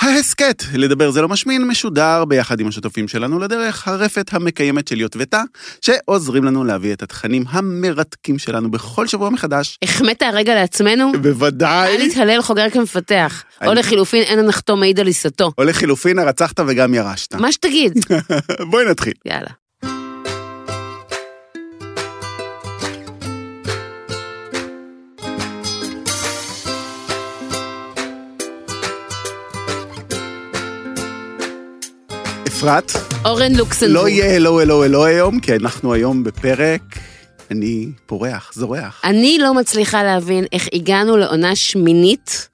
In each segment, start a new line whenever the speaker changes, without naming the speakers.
ההסכת, לדבר זה לא משמין, משודר ביחד עם השותפים שלנו לדרך, הרפת המקיימת של יוטבתה, שעוזרים לנו להביא את התכנים המרתקים שלנו בכל שבוע מחדש.
החמאת הרגע לעצמנו?
בוודאי.
אל יתהלל חוגר כמפתח. או
אני-
לחילופין, אין הנחתום מעיד על עיסתו.
או לחילופין, הרצחת וגם ירשת.
מה שתגיד.
בואי נתחיל.
יאללה.
אפרת,
אורן לוקסנבורג.
לא יהיה אלו אלו אלו היום, כי אנחנו היום בפרק, אני פורח, זורח.
אני לא מצליחה להבין איך הגענו לעונה שמינית.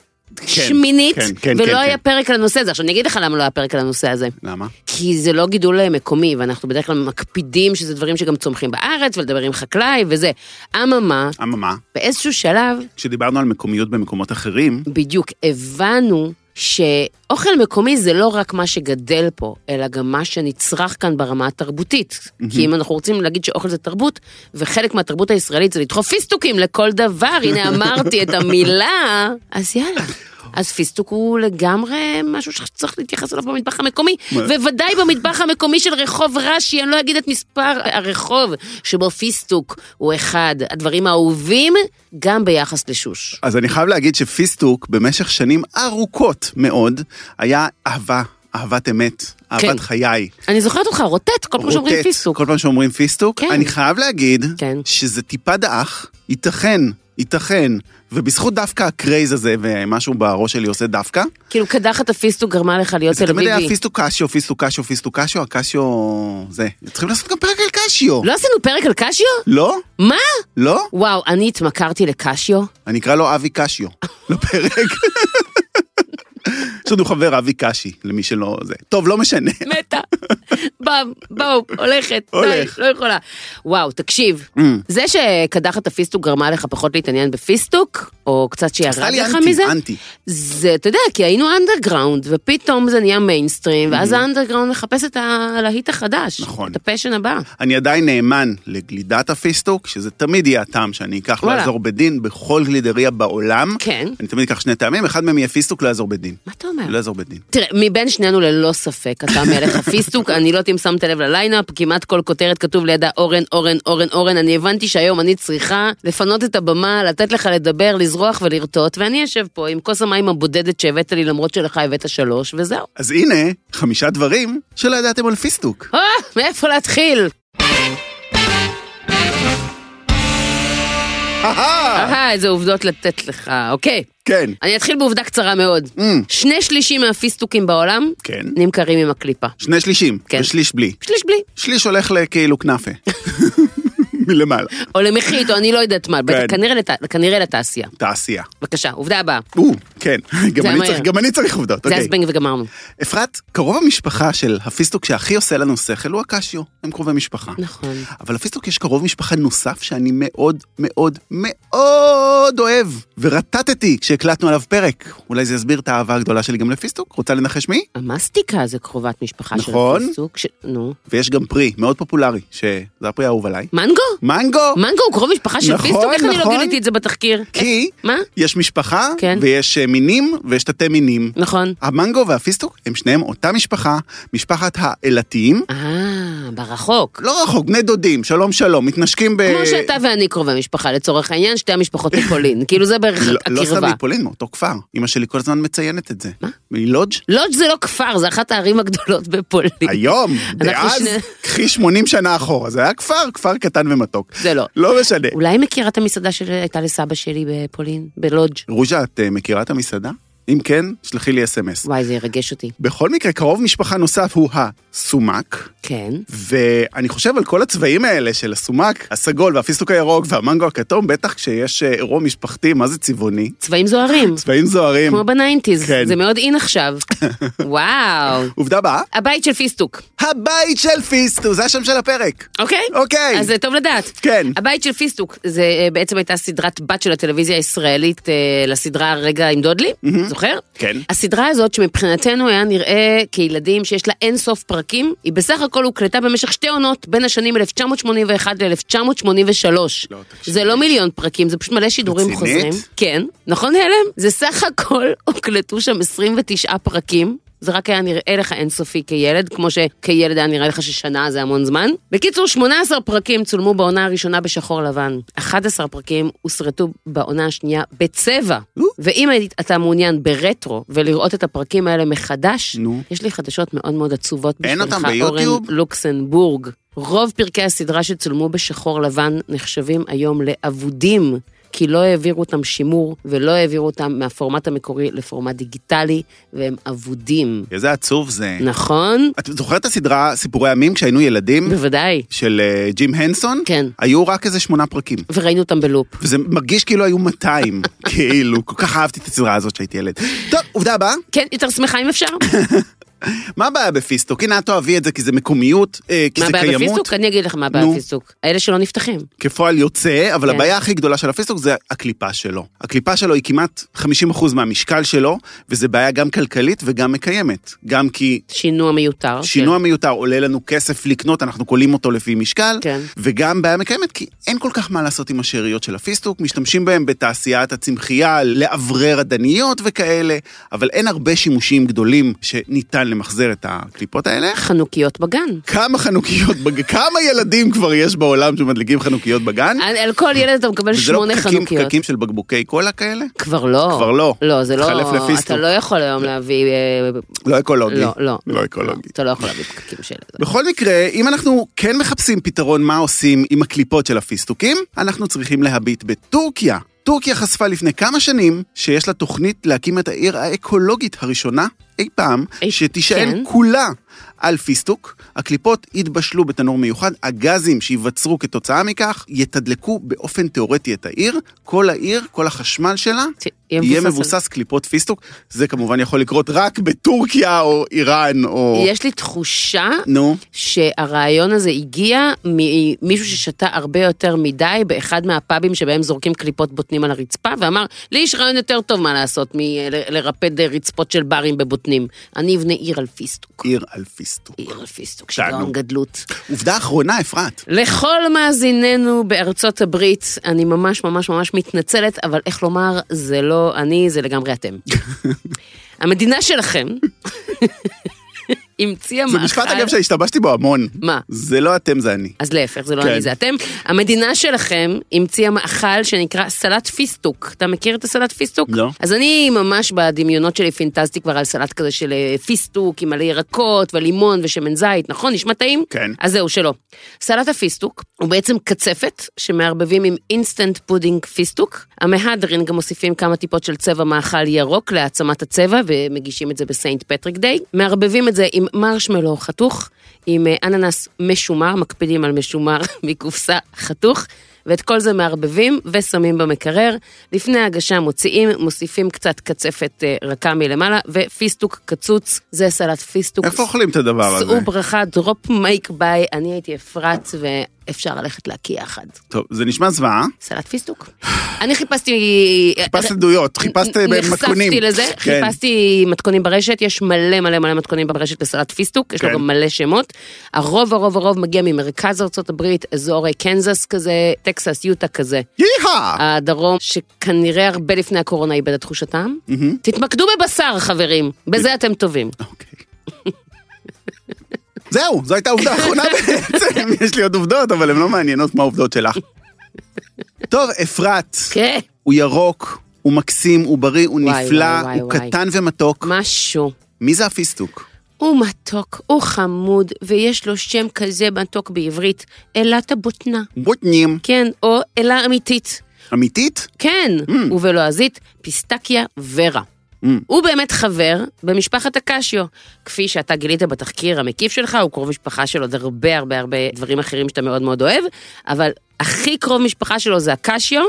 שמינית,
כן, כן,
ולא
כן,
היה
כן.
פרק על הנושא הזה. עכשיו, אני אגיד לך למה לא היה פרק על הנושא הזה.
למה?
כי זה לא גידול אה, מקומי, ואנחנו בדרך כלל מקפידים שזה דברים שגם צומחים בארץ, ולדבר עם חקלאי וזה. אממה,
אממה,
באיזשהו שלב,
כשדיברנו על מקומיות במקומות אחרים,
בדיוק הבנו שאוכל מקומי זה לא רק מה שגדל פה, אלא גם מה שנצרך כאן ברמה התרבותית. כי אם אנחנו רוצים להגיד שאוכל זה תרבות, וחלק מהתרבות הישראלית זה לדחוף פיסטוקים לכל דבר, הנה אמרתי את המילה, אז יאללה. אז פיסטוק הוא לגמרי משהו שצריך להתייחס אליו במטבח המקומי,
מה?
וודאי במטבח המקומי של רחוב רש"י, אני לא אגיד את מספר הרחוב שבו פיסטוק הוא אחד הדברים האהובים, גם ביחס לשוש.
אז אני חייב להגיד שפיסטוק במשך שנים ארוכות מאוד היה אהבה, אהבת אמת, אהבת
כן.
חיי.
אני זוכרת אותך רוטט כל פעם שאומרים
רוטט.
פיסטוק.
כל פעם שאומרים פיסטוק.
כן.
אני חייב להגיד
כן.
שזה טיפה דעך, ייתכן, ייתכן, ובזכות דווקא הקרייז הזה, ומשהו בראש שלי עושה דווקא,
כאילו קדחת הפיסטוק גרמה לך להיות
זה
תל
תמיד היה
אביבי.
פיסטוק קשיו, פיסטוק קשיו, פיסטוק קשיו, הקשיו... זה. צריכים לעשות גם פרק על קשיו.
לא עשינו פרק על קשיו?
לא?
מה?
לא?
וואו, אני התמכרתי לקשיו.
אני אקרא לו אבי קשיו, לפרק. יש לנו חבר אבי קשי, למי שלא זה. טוב, לא משנה.
מתה. בם, בואו, הולכת.
הולך. Mm.
די, לא יכולה. וואו, תקשיב. זה שקדחת הפיסטוק גרמה לך פחות להתעניין בפיסטוק, או קצת
עשתה
שירד
לי
לך
אנטי,
מזה,
אנטי.
זה, אתה יודע, כי היינו אנדרגראונד, ופתאום זה נהיה מיינסטרים, ואז האנדרגראונד מחפש את הלהיט החדש.
Mm. נכון.
את הפשן הבא.
אני עדיין נאמן לגלידת הפיסטוק, שזה תמיד יהיה הטעם שאני אקח
וואלה.
לעזור בדין בכל גלידריה בעולם.
כן. אה.
אני תמיד אקח שני טעמים, אחד מהם יהיה פיסטוק לעזור בדין. לא
מה אתה אומר?
לעזור בדין.
תראה, מבין שנינו ללא ספק, אתה מלך הפיסטוק, אני לא יודעת אם שמת לב לליינאפ, כמעט כל כותרת כתוב לידה אורן, אורן, אורן, אורן, אני הבנתי שהיום אני צריכה לפנות את הבמה, לתת לך לדבר, לזרוח ולרטוט, ואני אשב פה עם כוס המים הבודדת שהבאת לי, למרות שלך הבאת שלוש, וזהו.
אז הנה, חמישה דברים שלא ידעתם על פיסטוק.
אה, מאיפה להתחיל?
אהה!
אהה, איזה עובדות לתת לך, אוקיי.
כן.
אני אתחיל בעובדה קצרה מאוד.
Mm,
שני שלישים מהפיסטוקים בעולם
כן.
נמכרים עם הקליפה.
שני שלישים,
כן.
ושליש בלי.
שליש בלי.
שליש הולך לכאילו כנאפה. מלמעלה.
או למחית, או אני לא יודעת מה,
כן.
כנראה לת- כנראה לתעשייה.
תעשייה.
בבקשה, עובדה הבאה.
או, כן. גם
זה
אני
מהר.
צריך- גם אני צריך עובדות,
זה
אוקיי.
הזבנג וגמרנו.
אפרת, קרוב המשפחה של הפיסטוק שהכי עושה לנו שכל הוא הקשיו. הם קרובי משפחה.
נכון.
אבל לפיסטוק יש קרוב משפחה נוסף שאני מאוד מאוד מאוד אוהב, ורטטתי כשהקלטנו עליו פרק. אולי זה יסביר את האהבה הגדולה שלי גם לפיסטוק? רוצה לנחש מי?
המסטיקה זה קרובת משפחה
נכון.
של הפיסטוק. ש... נו.
ויש גם פרי מאוד פופולרי, שזה הפרי האהוב עליי.
מנגו?
מנגו!
מנגו הוא קרוב משפחה של
נכון,
פיסטוק? איך אני
נכון.
לא גיליתי את זה בתחקיר?
כי
מה?
יש משפחה,
כן.
ויש אה, מינים, ויש תתי מינים.
נכון.
המנגו והפיסטוק הם שניהם אותה משפחה, משפחת האלתיים.
אה, ברחוק.
לא רחוק, בני דודים, שלום שלום, מתנשקים ב...
כמו שאתה ואני קרובי משפחה, לצורך העניין, שתי המשפחות מפולין. כאילו זה בערך
לא- לא סתם
הקרבה.
מפולין, מאותו כפר. אמא שלי כל הזמן מציינת את זה.
מה?
מלודג'?
לודג' זה לא כפר, זה אחת הערים הגדולות בפולין.
היום,
אנחנו
דאז,
שני-
קחי 80 שנה אחורה, זה היה כפר, כפר קטן ומתוק.
זה לא.
לא משנה.
אולי היא מכירה את המסעדה שהייתה לסבא שלי בפולין? בלודג'.
רוז'ה, את אה, מכירה את המסעדה? אם כן, שלחי לי אס.אם.אס.
וואי, זה ירגש אותי.
בכל מקרה, קרוב משפחה נוסף הוא הסומק,
כן.
ואני חושב על כל הצבעים האלה של הסומק, הסגול והפיסטוק הירוק והמנגו הכתום, בטח כשיש אה, אירוע משפחתי, מה זה צבעוני?
צבעים זוהרים,
צבעים זוהרים.
כמו בניינטיז.
כן.
זה מאוד אין עכשיו. וואו.
עובדה הבאה,
הבית של פיסטוק,
הבית של פיסטו, זה השם של הפרק.
אוקיי?
אוקיי.
אז זה טוב לדעת.
כן.
הבית של פיסטוק, זה אה, בעצם הייתה סדרת בת של הטלוויזיה הישראלית אה, לסדרה רגע עם דודלי, זוכר?
כן.
הסדרה הזאת שמבחינתנו היה נראה כילדים שיש לה אין סוף פרקים, היא בסך הכל הוקלטה במשך שתי עונות בין השנים 1981 ל-1983.
לא, תקשיבי.
זה לא מיליון פרקים, זה פשוט מלא שידורים
רצינית?
חוזרים. כן, נכון הלם? זה סך הכל הוקלטו שם 29 פרקים. זה רק היה נראה לך אינסופי כילד, כמו שכילד היה נראה לך ששנה זה המון זמן. בקיצור, 18 פרקים צולמו בעונה הראשונה בשחור לבן. 11 פרקים הוסרטו בעונה השנייה בצבע. ואם היית- אתה מעוניין ברטרו ולראות את הפרקים האלה מחדש,
נו.
יש לי חדשות מאוד מאוד עצובות
אין אותם
בשבילך, אורן
ביוטיוב?
לוקסנבורג. רוב פרקי הסדרה שצולמו בשחור לבן נחשבים היום לאבודים, כי לא העבירו אותם שימור ולא העבירו אותם מהפורמט המקורי לפורמט דיגיטלי, והם אבודים.
איזה עצוב זה.
נכון?
את זוכרת את הסדרה סיפורי עמים כשהיינו ילדים?
בוודאי.
של אה, ג'ים הנסון?
כן.
היו רק איזה שמונה פרקים.
וראינו אותם בלופ.
וזה מרגיש כאילו היו 200, כאילו, כל כך אהבתי את הסדרה הזאת כשהייתי ילד. טוב, עובדה הבאה,
כן, יותר שמחה אם אפשר?
מה הבעיה בפיסטוק? הנה את תאהבי את זה כי זה מקומיות, אה, כי
מה
זה
הבעיה
קיימות,
בפיסטוק? אני אגיד לך מה הבעיה
נו.
בפיסטוק. אלה שלא נפתחים.
כפועל יוצא, אבל
כן.
הבעיה הכי גדולה של הפיסטוק זה הקליפה שלו. הקליפה שלו היא כמעט 50% מהמשקל שלו, וזה בעיה גם כלכלית וגם מקיימת. גם כי
שינוע מיותר.
שינוע מיותר עולה לנו כסף לקנות, אנחנו קולים אותו לפי משקל,
כן.
וגם בעיה מקיימת, כי אין כל כך מה לעשות עם השאריות של הפיסטוק, משתמשים בהם בתעשיית הצמחייה, לאוורר אדניות וכאלה, אבל אין הרבה שימושים גדולים שניתן למחזר את הקליפות האלה.
כן. חנוכיות בגן.
כמה חנוכיות, בג... כמה ילדים כבר יש בעולם שמדליקים חנוכיות בגן?
על על כל ילד אתה מקבל
וזה לא
שמונה
פקקים,
חנוכיות.
פקקים של בקבוקי קולה כאלה?
כבר לא.
כבר לא.
לא, זה לא...
התחלף לפיסטוק.
אתה לא יכול היום להביא... אה,
לא אקולוגי.
לא, לא.
לא אקולוגי.
אתה לא יכול להביא פקקים של זה.
בכל מקרה, אם אנחנו כן מחפשים פתרון מה עושים עם הקליפות של הפיסטוקים, אנחנו צריכים להביט בטורקיה. טורקיה חשפה לפני כמה שנים שיש לה תוכנית להקים את העיר האקולוגית הראשונה אי פעם,
אי-
שתישען
כן.
כולה על פיסטוק. הקליפות יתבשלו בתנור מיוחד, הגזים שייווצרו כתוצאה מכך יתדלקו באופן תיאורטי את העיר. כל העיר, כל החשמל שלה,
יהיה
יהיה
מבוסס על-
מבוסס קליפות פיסטוק. זה כמובן יכול לקרות רק בטורקיה או איראן או...
יש לי תחושה
נו.
שהרעיון הזה הגיע ממישהו ששתה הרבה יותר מדי באחד מהפאבים שבהם זורקים קליפות בוטנים על הרצפה, ואמר, לי יש רעיון יותר טוב מה לעשות מלרפד רצפות של ברים בבוטנים. אני אבנה עיר על פיסטוק.
עיר על פיסטוק.
עיר על פיסטוק,
תענוג.
שגאון גדלות.
עובדה אחרונה, אפרת.
לכל מאזיננו בארצות הברית, אני ממש ממש ממש מתנצלת, אבל איך לומר, זה לא אני, זה לגמרי אתם. המדינה שלכם המציאה מאכל...
זה משפט, אגב, שהשתמשתי בו המון.
מה?
זה לא אתם, זה אני.
אז להפך, זה לא
כן.
אני, זה אתם. המדינה שלכם המציאה מאכל שנקרא סלט פיסטוק. אתה מכיר את הסלט פיסטוק?
לא.
אז אני ממש בדמיונות שלי פינטזתי כבר על סלט כזה של אה, פיסטוק עם מלא ירקות ולימון ושמן זית, נכון? נשמע טעים?
כן.
אז זהו, שלא. סלט הפיסטוק הוא בעצם קצפת שמערבבים עם אינסטנט פודינג פיסטוק. המהדרין גם מוסיפים כמה טיפות של צבע מאכל ירוק להעצמת הצבע, ומגישים את זה בסיינט פטריק דיי. מערבבים את זה עם מרשמלו חתוך, עם אה, אננס משומר, מקפידים על משומר מקופסה חתוך. ואת כל זה מערבבים ושמים במקרר. לפני ההגשה מוציאים, מוסיפים קצת קצפת אה, רכה מלמעלה, ופיסטוק קצוץ, זה סלט פיסטוק.
איפה אוכלים את הדבר הזה?
שאו ברכה, דרופ מייק ביי, אני הייתי אפרת ואפשר ללכת להקיא יחד.
טוב, זה נשמע זוועה.
סלט פיסטוק. אני חיפשתי...
חיפשת עדויות, חיפשת אה, במתכונים.
נחשפתי לזה,
כן.
חיפשתי מתכונים ברשת, יש מלא מלא מלא מתכונים ברשת לסלט פיסטוק, יש לו
כן.
גם מלא שמות. הרוב הרוב הרוב מגיע ממרכז ארה"ב, אזור אה, קנזס כזה, טקסס, יוטה כזה. אה.
ייהה!
הדרום, שכנראה הרבה לפני הקורונה איבד את תחושתם. תתמקדו בבשר, חברים, בזה אתם טובים.
אוקיי. זהו, זו הייתה העובדה האחרונה בעצם. יש לי עוד עובדות, אבל הן לא מעניינות כמו העובדות שלך. טוב, אפרת,
כן.
הוא ירוק, הוא מקסים, הוא בריא, הוא
וואי,
נפלא,
וואי, וואי,
הוא
וואי.
קטן ומתוק.
כן, משהו.
מי זה הפיסטוק?
הוא מתוק, הוא חמוד, ויש לו שם כזה מתוק בעברית, אלת הבוטנה.
בוטנים.
כן, או אלה אמיתית.
אמיתית?
כן, ובלועזית, פיסטקיה ורה. הוא באמת חבר במשפחת הקשיו. כפי שאתה גילית בתחקיר המקיף שלך, הוא קרוב משפחה שלו עוד הרבה הרבה הרבה דברים אחרים שאתה מאוד מאוד אוהב, אבל הכי קרוב משפחה שלו זה הקשיו,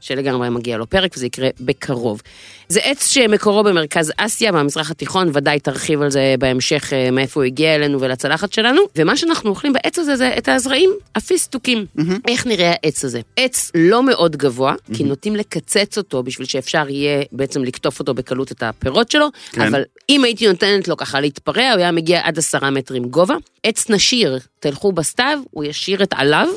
שלגמרי מגיע לו פרק וזה יקרה בקרוב. זה עץ שמקורו במרכז אסיה, מהמזרח התיכון, ודאי תרחיב על זה בהמשך אה, מאיפה הוא הגיע אלינו ולצלחת שלנו, ומה שאנחנו אוכלים בעץ הזה זה את הזרעים, הפיסטוקים. איך נראה העץ הזה? עץ לא מאוד גבוה, כי נוטים לקצץ אותו בשביל שאפשר יהיה בעצם לקטוף אותו בקלות את הפירות שלו,
כן.
אבל אם הייתי נותנת לו ככה להתפרע, הוא היה מגיע עד עשרה מטרים גובה. עץ נשיר, תלכו בסתיו, הוא ישיר את עליו.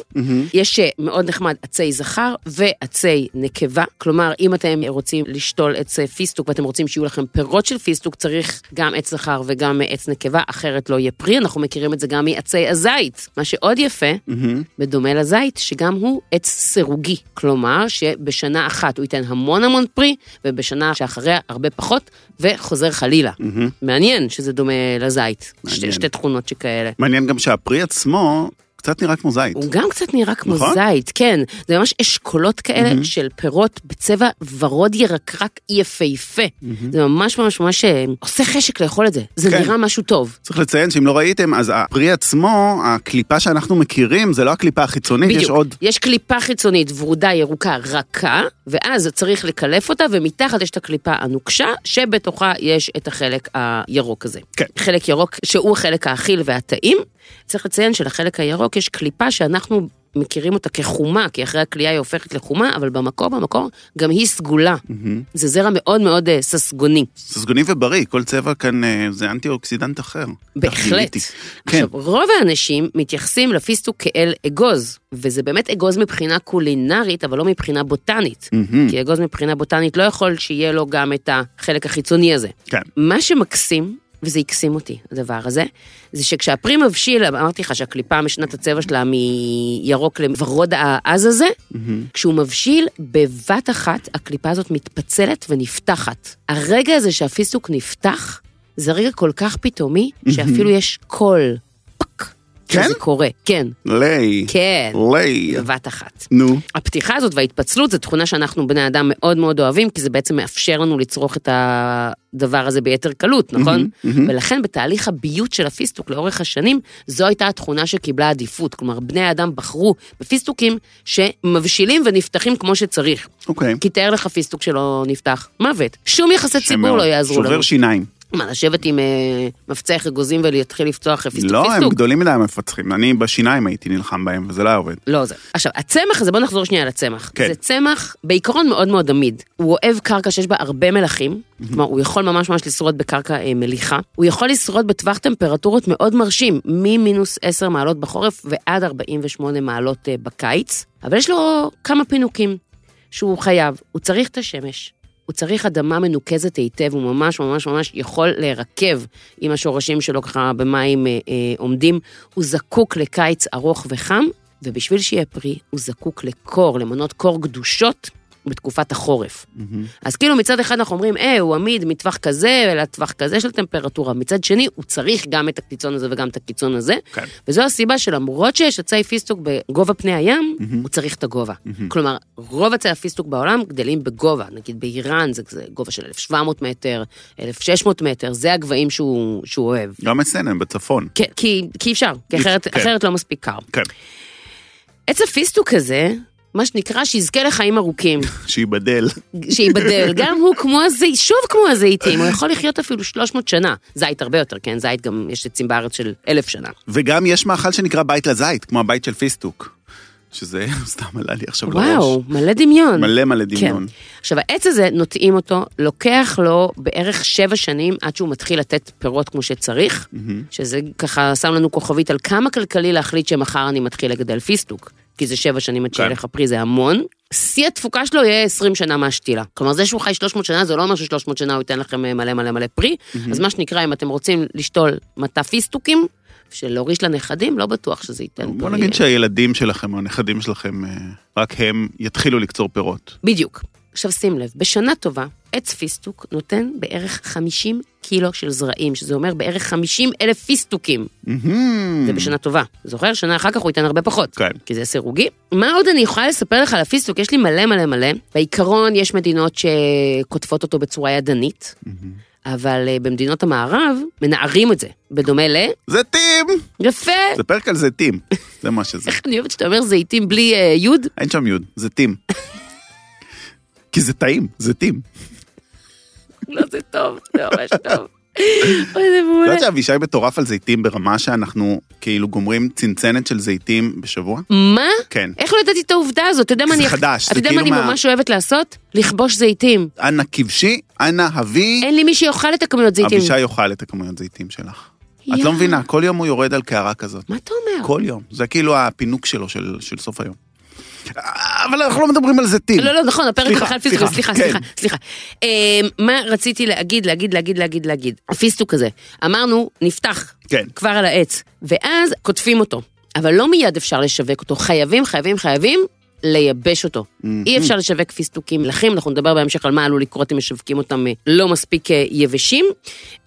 יש אה, מאוד נחמד עצי זכר ועצי נקבה. כלומר, אם אתם רוצים לשתול עץ אה, פיסטוק ואתם רוצים שיהיו לכם פירות של פיסטוק, צריך גם עץ זכר וגם אה, עץ נקבה, אחרת לא יהיה פרי. אנחנו מכירים את זה גם מעצי הזית. מה שעוד יפה, בדומה לזית, שגם הוא עץ סירוגי. כלומר, שבשנה אחת הוא ייתן המון המון פרי, ובשנה שאחריה הרבה פחות, וחוזר חלילה. מעניין שזה דומה לזית.
מעניין.
שתי, שתי תכונות שכאלה.
מעניין גם שהפרי עצמו קצת נראה כמו זית.
הוא גם קצת נראה כמו
נכון?
זית, כן. זה ממש אשכולות כאלה של פירות בצבע ורוד ירקרק יפהפה. זה ממש ממש ממש אה, עושה חשק לאכול את זה. זה
כן.
נראה משהו טוב.
צריך לציין שאם לא ראיתם, אז הפרי עצמו, הקליפה שאנחנו מכירים, זה לא הקליפה החיצונית, יש
בדיוק.
עוד...
יש קליפה חיצונית ורודה ירוקה רכה, ואז צריך לקלף אותה, ומתחת יש את הקליפה הנוקשה, שבתוכה יש את החלק הירוק הזה.
כן.
חלק ירוק שהוא החלק האכיל והטעים. צריך לציין שלחלק הירוק יש קליפה שאנחנו... מכירים אותה כחומה, כי אחרי הכלייה היא הופכת לחומה, אבל במקור, במקור, גם היא סגולה. זה זרע מאוד מאוד אה, ססגוני.
ססגוני ובריא, כל צבע כאן אה, זה אנטי אוקסידנט אחר. כך
בהחלט.
גיליתי. כן,
עכשיו, רוב האנשים מתייחסים לפיסטוק כאל אגוז, וזה באמת אגוז מבחינה קולינרית, אבל לא מבחינה בוטנית.
Hmm.
כי אגוז מבחינה בוטנית לא יכול שיהיה לו גם את החלק החיצוני הזה.
כן.
מה שמקסים, וזה הקסים אותי, הדבר הזה, זה שכשהפרי מבשיל, אמרתי לך שהקליפה משנת הצבע שלה מירוק לוורוד העז הזה, כשהוא מבשיל, בבת אחת הקליפה הזאת מתפצלת ונפתחת. הרגע הזה שהפיסטוק נפתח, זה רגע כל כך פתאומי, שאפילו יש קול. פק,
כן?
שזה קורה, כן,
ליי.
כן,
ליי.
בבת אחת.
נו.
הפתיחה הזאת וההתפצלות זו תכונה שאנחנו בני אדם מאוד מאוד אוהבים, כי זה בעצם מאפשר לנו לצרוך את הדבר הזה ביתר קלות, נכון? ולכן בתהליך הביות של הפיסטוק לאורך השנים, זו הייתה התכונה שקיבלה עדיפות. כלומר, בני האדם בחרו בפיסטוקים שמבשילים ונפתחים כמו שצריך.
אוקיי.
כי תאר לך פיסטוק שלא נפתח, מוות. שום יחסי ציבור
שמאוד.
לא יעזרו לנו.
שובר שיניים.
מה, לשבת עם אה, מפצח אגוזים ולהתחיל לפתוח פיסטוק פיסטוק?
לא, הם גדולים מדי המפצחים. אני בשיניים הייתי נלחם בהם, וזה לא היה עובד.
לא זה. עכשיו, הצמח הזה, בוא נחזור שנייה לצמח.
כן.
זה צמח בעיקרון מאוד מאוד עמיד. הוא אוהב קרקע שיש בה הרבה מלחים, כלומר, הוא יכול ממש ממש לשרוד בקרקע אה, מליחה. הוא יכול לשרוד בטווח טמפרטורות מאוד מרשים, ממינוס 10 מעלות בחורף ועד 48 מעלות אה, בקיץ, אבל יש לו כמה פינוקים שהוא חייב. הוא צריך את השמש. הוא צריך אדמה מנוקזת היטב, הוא ממש ממש ממש יכול להירקב עם השורשים שלו ככה במים אה, אה, עומדים. הוא זקוק לקיץ ארוך וחם, ובשביל שיהיה פרי, הוא זקוק לקור, למנות קור גדושות בתקופת החורף. אז כאילו מצד אחד אנחנו אומרים, אה, הוא עמיד מטווח כזה לטווח כזה של טמפרטורה, מצד שני, הוא צריך גם את הקיצון הזה וגם את הקיצון הזה,
כן.
וזו הסיבה שלמרות שיש עצי פיסטוק בגובה פני הים, הוא צריך את הגובה. כלומר, רוב עצי הפיסטוק בעולם גדלים בגובה, נגיד באיראן זה זה גובה של 1,700 מטר, 1,600 מטר, זה הגבהים שהוא שהוא אוהב.
גם אצלנו, הם בצפון.
כן, כי כי אפשר, כי אחרת-
כן.
אחרת לא מספיק קר.
כן.
עץ הפיסטוק הזה, מה שנקרא, שיזכה לחיים ארוכים,
שייבדל.
שייבדל. גם הוא כמו הזית, שוב כמו הזיתים, הוא יכול לחיות אפילו 300 שנה. זית הרבה יותר, כן? זית גם, יש עצים בארץ של אלף שנה.
וגם יש מאכל שנקרא בית לזית, כמו הבית של פיסטוק. שזה סתם עלה לי עכשיו לראש.
וואו, מלא דמיון.
מלא מלא
כן.
דמיון.
עכשיו, העץ הזה, נוטעים אותו, לוקח לו בערך שבע שנים עד שהוא מתחיל לתת פירות כמו שצריך, שזה ככה שם לנו כוכבית על כמה כלכלי להחליט שמחר אני מתחיל לגדל פיסטוק, כי זה שבע שנים עד שיהיה
כן.
לך פרי, זה המון. שיא התפוקה שלו יהיה 20 שנה מהשתילה. כלומר, זה שהוא חי 300 שנה, זה לא אומר ש-300 שנה הוא ייתן לכם אה, מלא מלא מלא פרי. אז מה שנקרא, אם אתם רוצים לשתול מטע פיסטוקים, של להוריש לנכדים, לא בטוח שזה ייתן פרי.
בוא נגיד שהילדים שלכם או הנכדים שלכם, אה, רק הם יתחילו לקצור פירות.
בדיוק. עכשיו שים לב, בשנה טובה, עץ פיסטוק נותן בערך 50 קילו של זרעים, שזה אומר בערך 50 אלף פיסטוקים.
מהמם.
זה בשנה טובה. זוכר? שנה אחר כך הוא ייתן הרבה פחות.
כן.
כי זה סירוגי. מה עוד אני יכולה לספר לך על הפיסטוק? יש לי מלא מלא מלא. בעיקרון יש מדינות שקוטפות אותו בצורה ידנית, אבל אה, במדינות המערב מנערים את זה, בדומה ל...
זה טים!
יפה!
זה פרק על זיתים. זה מה שזה.
איך אני אוהבת שאתה אומר זיתים בלי אה, יוד?
אין שם יוד, זה טים. כי זה טעים, זה טים.
לא, זה טוב, זה ממש טוב. אוי, זה
את
מעולה.
יודעת שאבישי מטורף על זיתים ברמה שאנחנו כאילו גומרים צנצנת של זיתים בשבוע?
מה?
כן.
איך לא ידעתי את העובדה הזאת? אתה יודע מה
זה
אני...
חדש,
אתה
זה
יודע מה אני
כאילו מה-
ממש אוהבת לעשות? לכבוש זיתים.
אנא כבשי, אנא הביא,
אין לי מי שיאכל את הכמויות זיתים.
אבישי יאכל את הכמויות זיתים שלך. את
יא.
לא מבינה, כל יום הוא יורד על קערה כזאת.
מה אתה אומר?
כל יום. זה כאילו הפינוק שלו של של סוף היום. אבל אנחנו לא מדברים על זיתים.
לא, לא, נכון, הפרק הוא
סליחה,
בכלל פיסטוק,
סליחה,
סליחה,
כן.
סליחה, סליחה. אמ, מה רציתי להגיד, להגיד, להגיד, להגיד, להגיד? הפיסטוק הזה. אמרנו, נפתח.
כן.
כבר על העץ. ואז קוטפים אותו. אבל לא מיד אפשר לשווק אותו. חייבים, חייבים, חייבים לייבש אותו.
Mm.
אי אפשר לשווק פיסטוקים לחים, אנחנו נדבר בהמשך על מה עלול לקרות אם משווקים אותם אה, לא מספיק אה, יבשים.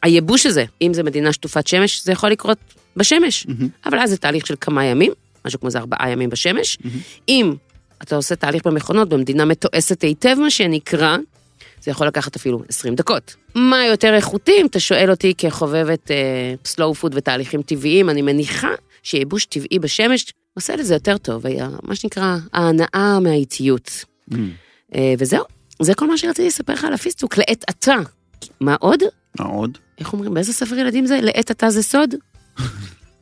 הייבוש הזה, אם זה מדינה שטופת שמש, זה יכול לקרות בשמש. אבל אז זה תהליך של כמה ימים, משהו כמו איזה ארבעה ימים בשמש. אם אתה עושה תהליך במכונות במדינה מתועסת היטב, מה שנקרא, זה יכול לקחת אפילו 20 דקות. מה יותר איכותי, אם אתה שואל אותי כחובבת סלואו פוד ותהליכים טבעיים, אני מניחה שייבוש טבעי בשמש עושה לזה יותר טוב, היה, מה שנקרא ההנאה מהאיטיות. אה, וזהו, זה כל מה שרציתי לספר לך על הפיסטוק, לעת עתה. מה עוד?
מה עוד?
איך אומרים, באיזה ספר ילדים זה? לעת עתה זה סוד?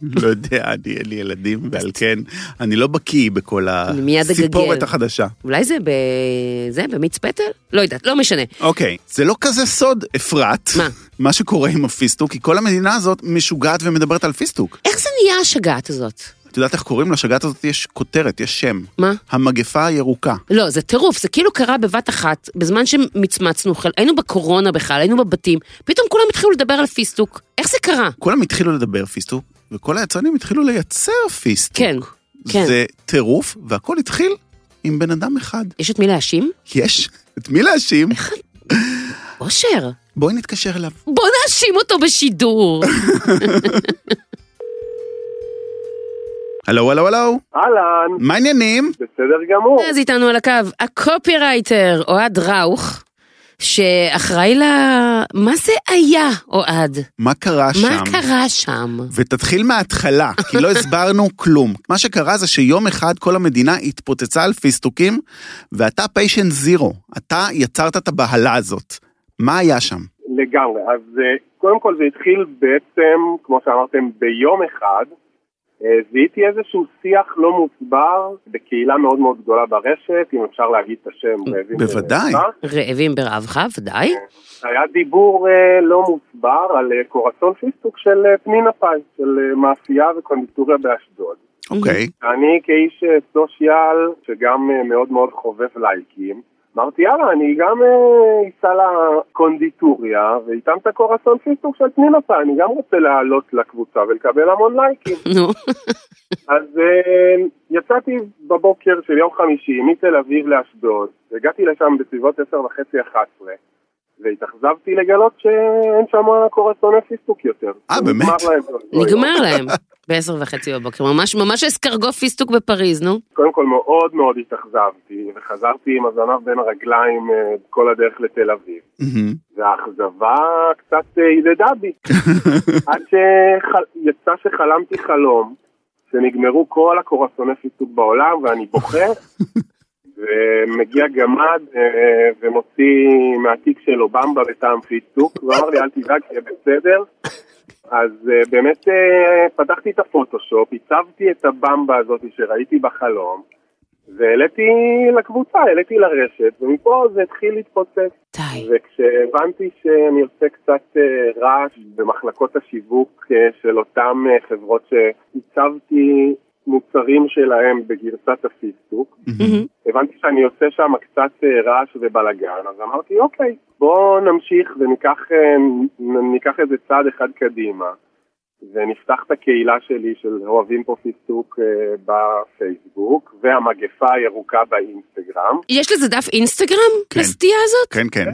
לא יודע, אני אין לי ילדים, ועל כן, אני לא בקיא בכל
אני מיד אגגל.
הסיפורת החדשה.
אולי זה ב... זה? במיץ פטל? לא יודעת, לא משנה.
אוקיי, זה לא כזה סוד, אפרת.
מה?
מה שקורה עם הפיסטוק, כי כל המדינה הזאת משוגעת ומדברת על פיסטוק.
איך זה נהיה השגעת הזאת?
את יודעת איך קוראים לשגעת הזאת? יש כותרת, יש שם.
מה?
המגפה הירוקה.
לא, זה טירוף, זה כאילו קרה בבת אחת, בזמן שמצמצנו, חל- היינו בקורונה בכלל, היינו בבתים, פתאום כולם התחילו לדבר על פיסטוק. איך זה קרה?
כולם התחילו לדבר פיסטוק, וכל היצרנים התחילו לייצר פיסטוק.
כן, כן.
זה טירוף, והכל התחיל עם בן אדם אחד.
יש את מי להאשים?
יש? את מי להאשים?
אושר.
בואי נתקשר אליו.
בוא נאשים אותו בשידור.
הלו, הלו, הלו.
אהלן,
מה העניינים?
בסדר גמור.
אז איתנו על הקו הקופירייטר אוהד ראוך, שאחראי ל... מה זה היה, אוהד?
מה קרה שם?
מה קרה שם?
ותתחיל מההתחלה, כי לא הסברנו כלום. מה שקרה זה שיום אחד כל המדינה התפוצצה על פיסטוקים, ואתה פיישן זירו. אתה יצרת את הבהלה הזאת. מה היה שם?
Mhm.
לגמרי. אז אה, קודם כל זה התחיל בעצם, כמו שאמרתם, ביום אחד. אה, זיהיתי איזשהו שיח לא מוסבר בקהילה מאוד מאוד גדולה ברשת, אם אפשר להגיד את השם. רעבים
בוודאי.
ברעבה.
רעבים ברעבך, ודאי.
היה דיבור אה, לא מוסבר על אה, קורצון פיסטוק של אה, פנינה פאי, של אה, מאפייה וקונדיטוריה באשדוד.
אוקיי.
אני כאיש אה, סושיאל, שגם אה, מאוד מאוד חובב לייקים, אמרתי יאללה, אני גם אה, אסע לקונדיטוריה, ואיתם את הקורסון פיסטוק של פנינופה, אני גם רוצה לעלות לקבוצה ולקבל המון לייקים.
נו,
אז אה, יצאתי בבוקר של יום חמישי מתל אביב לאשדוד, הגעתי לשם בסביבות עשר וחצי, 11. והתאכזבתי לגלות שאין שם קורסוני פיסטוק יותר.
אה, באמת?
נגמר להם. לא,
נגמר להם. בעשר וחצי בבוקר, ממש ממש אסקרגו פיסטוק בפריז, נו.
קודם כל מאוד מאוד התאכזבתי, וחזרתי עם הזנב בין הרגליים אה, כל הדרך לתל אביב.
מהמם.
והאכזבה קצת אה, הדהדה בי. עד שיצא שחלמתי חלום, שנגמרו כל הקורסוני פיסוק בעולם, ואני בוכה, ומגיע גמד אה, ומוציא מהתיק שלו במבה בטעם פיסוק, ואמר לי אל תדאג, יהיה בסדר. אז אה, באמת אה, פתחתי את הפוטושופ, הצבתי את הבמבה הזאת שראיתי בחלום, והעליתי לקבוצה, העליתי לרשת, ומפה זה התחיל להתפוצץ.
די.
וכשהבנתי שאני עושה קצת אה, רעש במחלקות השיווק אה, של אותן אה, חברות שהצבתי מוצרים שלהם בגרסת הפיסטוק,
מהמם.
הבנתי שאני עושה שם קצת אה, רעש ובלאגן, אז אמרתי אוקיי, בואו נמשיך וניקח אה, נ- ניקח את זה צעד אחד קדימה. ונפתח את הקהילה שלי של אוהבים פה פיסטוק אה, בפייסבוק, והמגפה הירוקה באינסטגרם.
יש לזה דף אינסטגרם?
כן.
לסטייה הזאת?
כן, כן.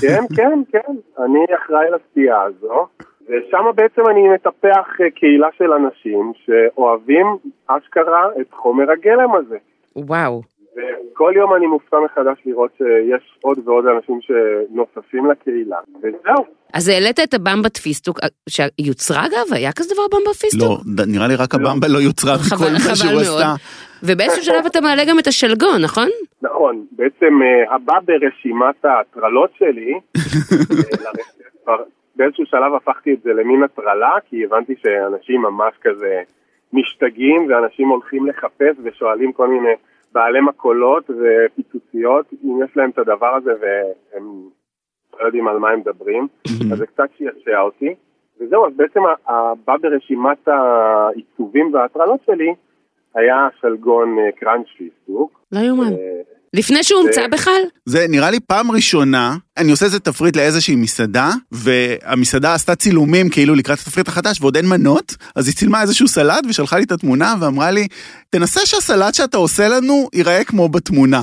כן, כן, כן, אני אחראי לסטייה הזו. ושם בעצם אני מטפח אה, קהילה של אנשים שאוהבים אשכרה את חומר הגלם הזה.
וואו.
וכל יום אני מופתע מחדש לראות שיש עוד ועוד אנשים שנוספים לקהילה. וזהו,
אז העלית את הבמבה פיסטוק, אה, שיוצרה אגב? היה כזה דבר במבה פיסטוק?
לא, ד- נראה לי רק הבמבה לא יוצרה מכל
חבל,
מה שהוא
חבל מאוד.
עשתה.
ובאיזשהו שלב אתה מעלה גם את השלגון, נכון?
נכון, בעצם אה, הבא ברשימת ההטרלות שלי, אה, לרש- כבר באיזשהו שלב הפכתי את זה למין הטרלה, כי הבנתי שאנשים ממש כזה משתגעים, ואנשים הולכים לחפש ושואלים כל מיני בעלי מכולות ופיצוציות, אם יש להם את הדבר הזה והם לא יודעים על מה הם מדברים, אז זה קצת שישע אותי. וזהו, אז בעצם ה- הבא ברשימת העיצובים וההטרלות שלי היה שלגון אה, קראנץ' פיסטוק.
לא יאומן.
אה,
לפני שהוא הומצא בכלל?
זה נראה לי פעם ראשונה, אני עושה איזה תפריט לאיזושהי מסעדה, והמסעדה עשתה צילומים כאילו לקראת התפריט החדש, ועוד אין מנות, אז היא צילמה איזשהו סלט ושלחה לי את התמונה ואמרה לי, תנסה שהסלט שאתה עושה לנו ייראה כמו בתמונה.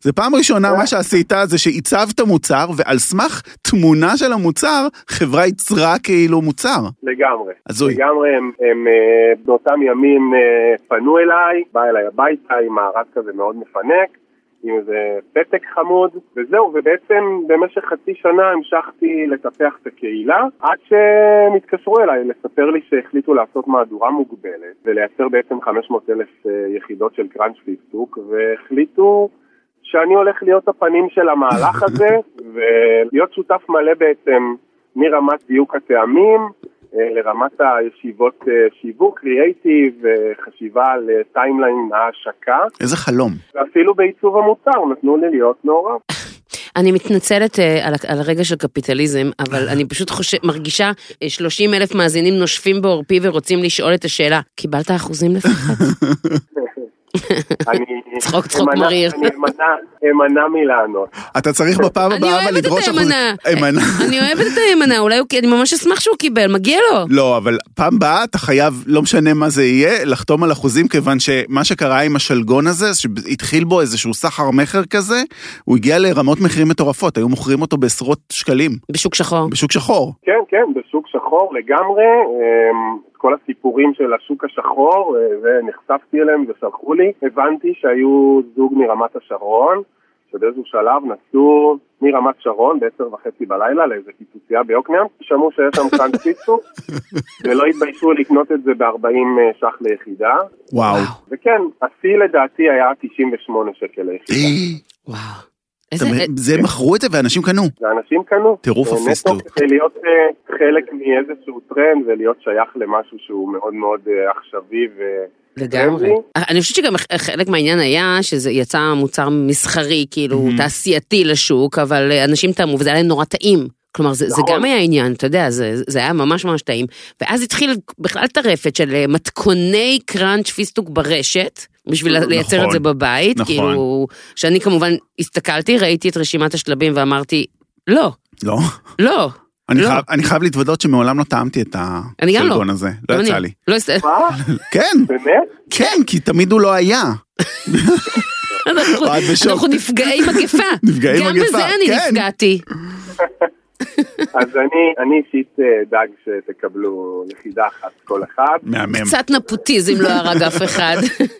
זה פעם ראשונה מה שעשית זה שעיצבת מוצר, ועל סמך תמונה של המוצר, חברה ייצרה כאילו מוצר.
לגמרי.
הזוי.
לגמרי, הם, הם אה, באותם ימים אה, פנו אליי, בא אליי הביתה עם מארז כזה מאוד מפנק, עם איזה פתק חמוד, וזהו, ובעצם במשך חצי שנה המשכתי לטפח את הקהילה, עד שהם התקשרו אליי לספר לי שהחליטו לעשות מהדורה מוגבלת, ולייצר בעצם 500 אלף אה, יחידות של קראנץ' פיסטוק, והחליטו... שאני הולך להיות הפנים של המהלך הזה, ולהיות שותף מלא בעצם מרמת דיוק הטעמים אה, לרמת הישיבות אה, שיווק, קריאייטיב, אה, חשיבה על אה, טיימליין ההשקה,
איזה חלום.
ואפילו בעיצוב המוצר נתנו לי להיות מעורב.
אני מתנצלת אה, על, ה- על הרגע של קפיטליזם, אבל אני פשוט חושב, מרגישה 30 אלף מאזינים נושפים בעורפי ורוצים לשאול את השאלה, קיבלת אחוזים לפחות?
אני...
צחוק, צחוק
אמנע-
מריר.
אני אמנע- אמנע מלענות.
אתה צריך בפעם
אני
הבאה אבל
אוהבת את
לדרוש
הימנה.
אמנה.
אני אוהבת את הימנה, אולי הוא, אני ממש אשמח שהוא קיבל, מגיע לו.
לא, אבל פעם באה אתה חייב, לא משנה מה זה יהיה, לחתום על אחוזים, כיוון שמה שקרה עם השלגון הזה, שהתחיל בו איזשהו סחר-מכר כזה, הוא הגיע לרמות מחירים מטורפות, היו מוכרים אותו בעשרות שקלים,
בשוק שחור.
בשוק שחור.
כן, כן, בשוק שחור לגמרי, אמ, את כל הסיפורים של השוק השחור, אה, ונחשפתי אליהם ושלחו לי. הבנתי שהיו זוג מרמת השרון, שבאיזשהו שלב נסעו מרמת שרון בעשר וחצי בלילה לאיזה פיצוצייה ביוקנעם, שמעו שיש שם כאן פיצו, ולא התביישו לקנות את זה ב-40 ש"ח ליחידה.
וואו.
וכן, השיא לדעתי היה 98 שקל ליחידה.
וואו.
אתה
איזה... אה,
מבין? זה מכרו את זה ואנשים קנו.
ואנשים קנו.
טירוף
אה, נטו
הפיסטוק.
כדי להיות אה, חלק מאיזשהו טרנד ולהיות שייך למשהו שהוא מאוד מאוד אה, עכשווי ו...
לגמרי. אה, אני חושבת שגם ח- חלק מהעניין היה שזה יצא מוצר מסחרי, כאילו
Mhm.
תעשייתי לשוק, אבל אה, אנשים טעמו וזה היה להם נורא טעים. כלומר, זה, זה
נכון.
גם היה עניין, אתה יודע, זה, זה היה ממש ממש טעים. ואז התחיל בכלל טרפת של אה, מתכוני קראנץ' פיסטוק ברשת, בשביל
נכון.
לייצר את זה בבית.
נכון.
כאילו, שאני כמובן הסתכלתי, ראיתי את רשימת השלבים ואמרתי, לא,
לא.
לא.
אני
לא.
חייב- אני חייב להתוודות שמעולם לא טעמתי את
אני גם לא.
השלגון הזה.
גם
לא
אני-
יצא לי.
לא הסת-
מה?
כן,
באמת?
כן, כי תמיד הוא לא היה.
אנחנו-
את בשוק.
אנחנו נפגעי מגפה.
נפגעי
גם
מגפה,
בזה אני
כן.
נפגעתי.
אז אני, אני אישית אה, אדאג שתקבלו יחידה אחת כל אחד.
מהמם.
קצת נפוטיזם לא הרג אף אחד.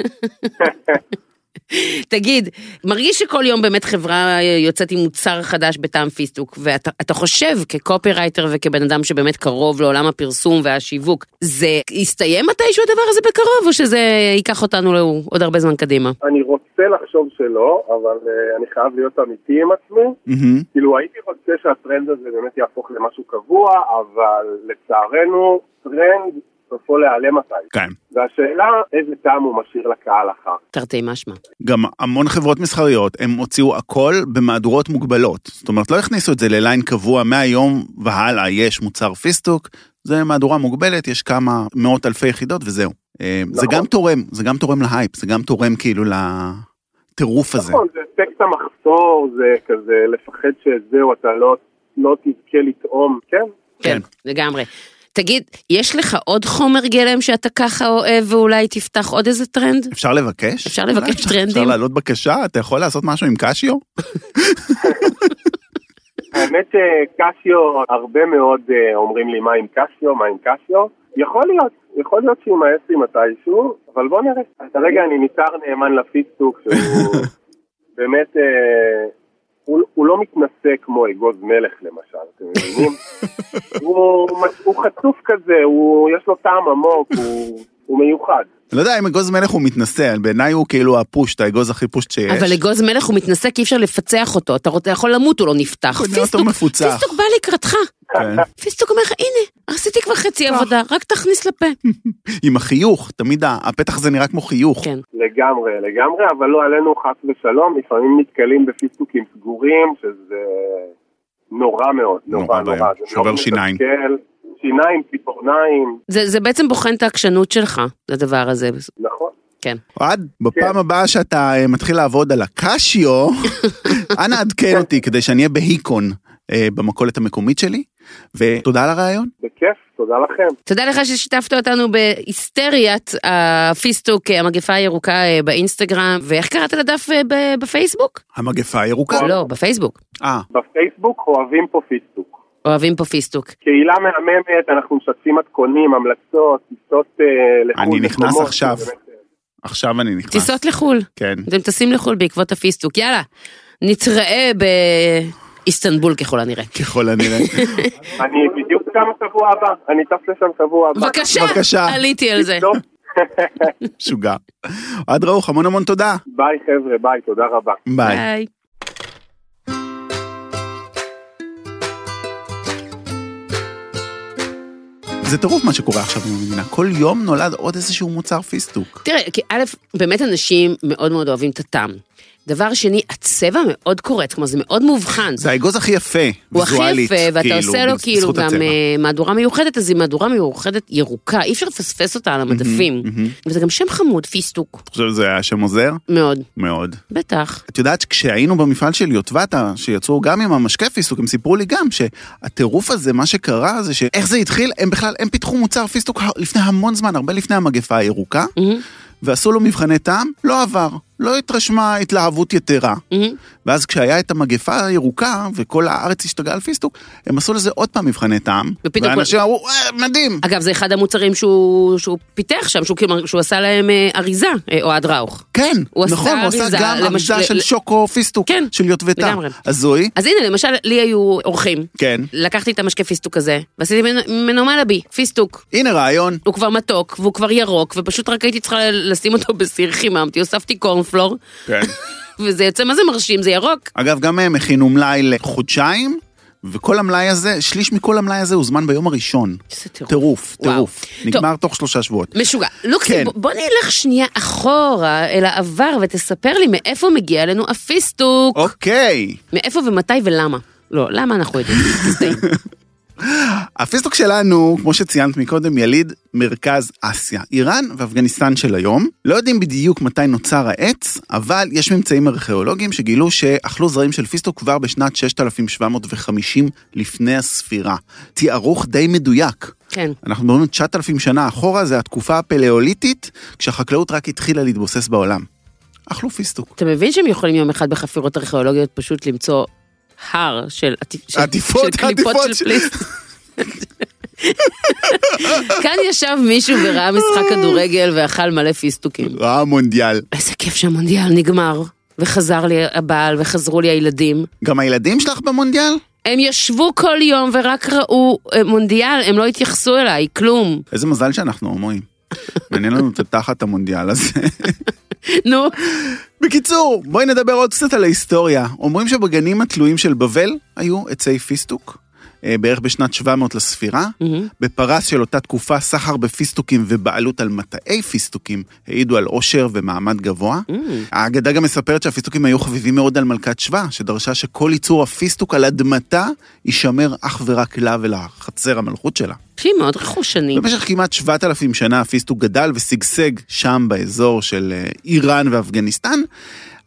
תגיד, מרגיש שכל יום באמת חברה יוצאת עם מוצר חדש בטעם פיסטוק, ואתה אתה חושב כקופירייטר וכבן אדם שבאמת קרוב לעולם הפרסום והשיווק, זה יסתיים מתישהו הדבר הזה בקרוב, או שזה ייקח אותנו לו- עוד הרבה זמן קדימה?
אני רוצה לחשוב שלא, אבל אה, אני חייב להיות אמיתי עם עצמי.
מהמם.
כאילו הייתי רוצה שהטרנד הזה באמת יהפוך למשהו קבוע, אבל לצערנו, טרנד סופו להיעלם מתי.
כן.
והשאלה איזה טעם הוא משאיר לקהל אחר.
תרתי משמע.
גם המון חברות מסחריות, הם הוציאו הכל במהדורות מוגבלות. זאת אומרת, לא הכניסו את זה לליין קבוע מהיום והלאה, יש מוצר פיסטוק, זה מהדורה מוגבלת, יש כמה מאות אלפי יחידות וזהו. אה, זה
נכון.
גם תורם, זה גם תורם להייפ, זה גם תורם כאילו לטירוף הזה.
נכון, זה אפקט המחסור, זה כזה לפחד שזהו, אתה לא, לא תזכה לטעום, כן?
כן,
כן.
לגמרי. תגיד, יש לך עוד חומר גלם שאתה ככה אוהב ואולי תפתח עוד איזה טרנד?
אפשר לבקש?
אפשר לבקש
אולי אפשר-
טרנדים?
אפשר להעלות בקשה? אתה יכול לעשות משהו עם קשיו?
האמת שקסיו, הרבה מאוד אה, אומרים לי מה עם קסיו, מה עם קסיו. יכול להיות, יכול להיות שימאס לי מתישהו, אבל בוא נראה. אז כרגע אני נשאר נאמן לפיסטוק, שהוא באמת, אה, הוא, הוא לא מתנשא כמו אגוז מלך למשל, אתם מבינים? הוא, הוא חצוף כזה, הוא, יש לו טעם עמוק, הוא, הוא מיוחד.
אני לא יודע אם אגוז מלך הוא מתנשא, בעיניי הוא כאילו הפושט, האגוז הכי פושט שיש.
אבל אגוז מלך הוא מתנשא כי אי אפשר לפצח אותו, אתה רוצה- יכול למות, הוא לא נפתח.
קונה אותו
פיסטוק-
מפוצח.
פיסטוק בא לקראתך.
כן.
פיסטוק אומר לך, הנה, עשיתי כבר חצי עבודה, רק תכניס לפה.
עם החיוך, תמיד ה- הפתח הזה נראה כמו חיוך.
כן.
לגמרי, לגמרי, אבל לא עלינו חס ושלום, לפעמים נתקלים בפיסטוקים סגורים, שזה נורא מאוד,
נורא
נורא נורא.
ואיום.
זה
שובר
מאוד
שיניים.
מתסכל. שיניים, ציפורניים,
זה זה בעצם בוחן את העקשנות שלך, לדבר הזה.
נכון.
כן.
אוהד, בפעם הבאה שאתה אה, מתחיל לעבוד על הקשיו, אנא עדכן אותי כדי שאני אהיה בהיקון אה, במכולת המקומית שלי, ותודה על הרעיון.
בכיף, תודה לכם.
תודה לך ששיתפת אותנו בהיסטריית הפיסטוק, המגפה הירוקה אה, באינסטגרם, ואיך קראת לדף אה, ב- בפייסבוק?
המגפה הירוקה.
לא, בפייסבוק.
אה,
בפייסבוק אוהבים פה פיסטוק.
אוהבים פה פיסטוק.
קהילה מהממת, אנחנו משתפים מתכונים, המלצות, טיסות אה, לחו"ל.
אני נכנס
מקומות,
עכשיו.
זה באמת, אה,
עכשיו אני נכנס.
טיסות לחו"ל.
כן.
אתם טסים לחו"ל בעקבות הפיסטוק. יאללה, נתראה באיסטנבול ככל הנראה.
ככל הנראה.
אני בדיוק גם שבוע הבא, אני טס לשם שבוע הבא.
בבקשה,
בבקשה.
עליתי על זה.
טוב,
משוגע. אוהד ראוך, המון המון תודה.
ביי חבר'ה, ביי, תודה רבה.
ביי.
ביי.
זה טירוף מה שקורה עכשיו עם המדינה. כל יום נולד עוד איזשהו מוצר פיסטוק.
תראה, כי א', באמת אנשים מאוד מאוד אוהבים את הטעם. דבר שני, הצבע מאוד קורט, כלומר זה מאוד מאובחן.
זה האגוז הכי יפה,
הוא הכי
ויזואלית,
יפה, ואתה
כאילו,
עושה לו
בז-
כאילו
בזכות
גם
הצבע.
אה, מהדורה מיוחדת, אז היא מהדורה מיוחדת ירוקה, אי אפשר לפספס אותה על המדפים. וזה גם שם חמוד, פיסטוק,
אתה חושב שזה היה שם עוזר?
מאוד,
מאוד.
בטח.
את יודעת שכשהיינו במפעל של יוטבתה, שיצאו גם עם המשקה פיסטוק, הם סיפרו לי גם שהטירוף הזה, מה שקרה זה שאיך זה התחיל, הם בכלל, הם פיתחו מוצר פיסטוק ה- לפני המון זמן, הרבה לפני המגפה הירוקה,
מהמם,
ועשו לו מבחני טעם, לא עבר, לא התרשמה התלהבות יתרה.
מהמם.
ואז כשהיה את המגפה הירוקה, וכל הארץ השתגעה על פיסטוק, הם עשו לזה עוד פעם מבחני טעם,
ופתאום
ואנשים אמרו, "אה, מדהים.
אגב, זה אחד המוצרים שהוא שהוא פיתח שם, שהוא כאילו- שהוא עשה להם אה, אריזה, אה, אוהד ראוך.
כן,
הוא עשה
נכון, הוא עשה
אריזה,
גם
למש-
אריזה
ל-
של
ל-
שוקו פיסטוק,
כן,
של יוטבתה.
לגמרי.
הזוי,
אז הנה, למשל, לי היו אורחים.
כן.
לקחתי את המשקה פיסטוק הזה, ועשיתי ממנו- ממנו מלאבי, פיסטוק.
הנה רעיון.
הוא כבר מתוק, והוא כבר ירוק, ופשוט רק הייתי צריכה לשים אותו בסיר, חיממתי, הוספתי קורנפלור,
כן.
וזה יוצא, מה זה מרשים, זה ירוק.
אגב, גם הם הכינו מלאי לחודשיים, וכל המלאי הזה, שליש מכל המלאי הזה הוזמן ביום הראשון.
איזה טירוף.
טירוף,
וואו.
טירוף. נגמר תוך שלושה שבועות.
משוגע. לוקסי,
כן.
כן. בוא נלך שנייה אחורה אל העבר ותספר לי מאיפה מגיע אלינו הפיסטוק.
אוקיי,
מאיפה ומתי ולמה. לא, למה אנחנו יודעים? תזדהי.
הפיסטוק שלנו, כמו שציינת מקודם, יליד מרכז אסיה, איראן ואפגניסטן של היום. לא יודעים בדיוק מתי נוצר העץ, אבל יש ממצאים ארכיאולוגיים שגילו שאכלו זרעים של פיסטוק כבר בשנת 6750 לפני הספירה. תיארוך די מדויק.
כן.
אנחנו מדברים 9,000 שנה אחורה, זה התקופה הפלאוליטית, כשהחקלאות רק התחילה להתבוסס בעולם. אכלו פיסטוק.
אתה מבין שהם יכולים יום אחד בחפירות ארכיאולוגיות פשוט למצוא הר של עטיפ- של-
עטיפות,
של קליפות
עטיפות של-
של פליסט. כאן ישב מישהו וראה משחק כדורגל ואכל מלא פיסטוקים.
ראה מונדיאל.
איזה כיף שהמונדיאל נגמר, וחזר לי הבעל וחזרו לי הילדים.
גם הילדים שלך במונדיאל?
הם ישבו כל יום ורק ראו אה, מונדיאל, הם לא התייחסו אליי, כלום.
איזה מזל שאנחנו הומואים. מעניין לנו את תחת המונדיאל הזה.
נו,
בקיצור, בואי נדבר עוד קצת על ההיסטוריה. אומרים שבגנים התלויים של בבל היו עצי פיסטוק, אה, בערך בשנת 700 לספירה. בפרס של אותה תקופה, סחר בפיסטוקים ובעלות על מטעי פיסטוקים העידו על עושר ומעמד גבוה. האגדה גם מספרת שהפיסטוקים היו חביבים מאוד על מלכת שבא, שדרשה שכל ייצור הפיסטוק על אדמתה יישמר אך ורק לה ולחצר המלכות שלה.
שהיא מאוד רכושני.
במשך כמעט 7,000 שנה הפיסטוק גדל ושגשג שם באזור של אה, איראן ואפגניסטן,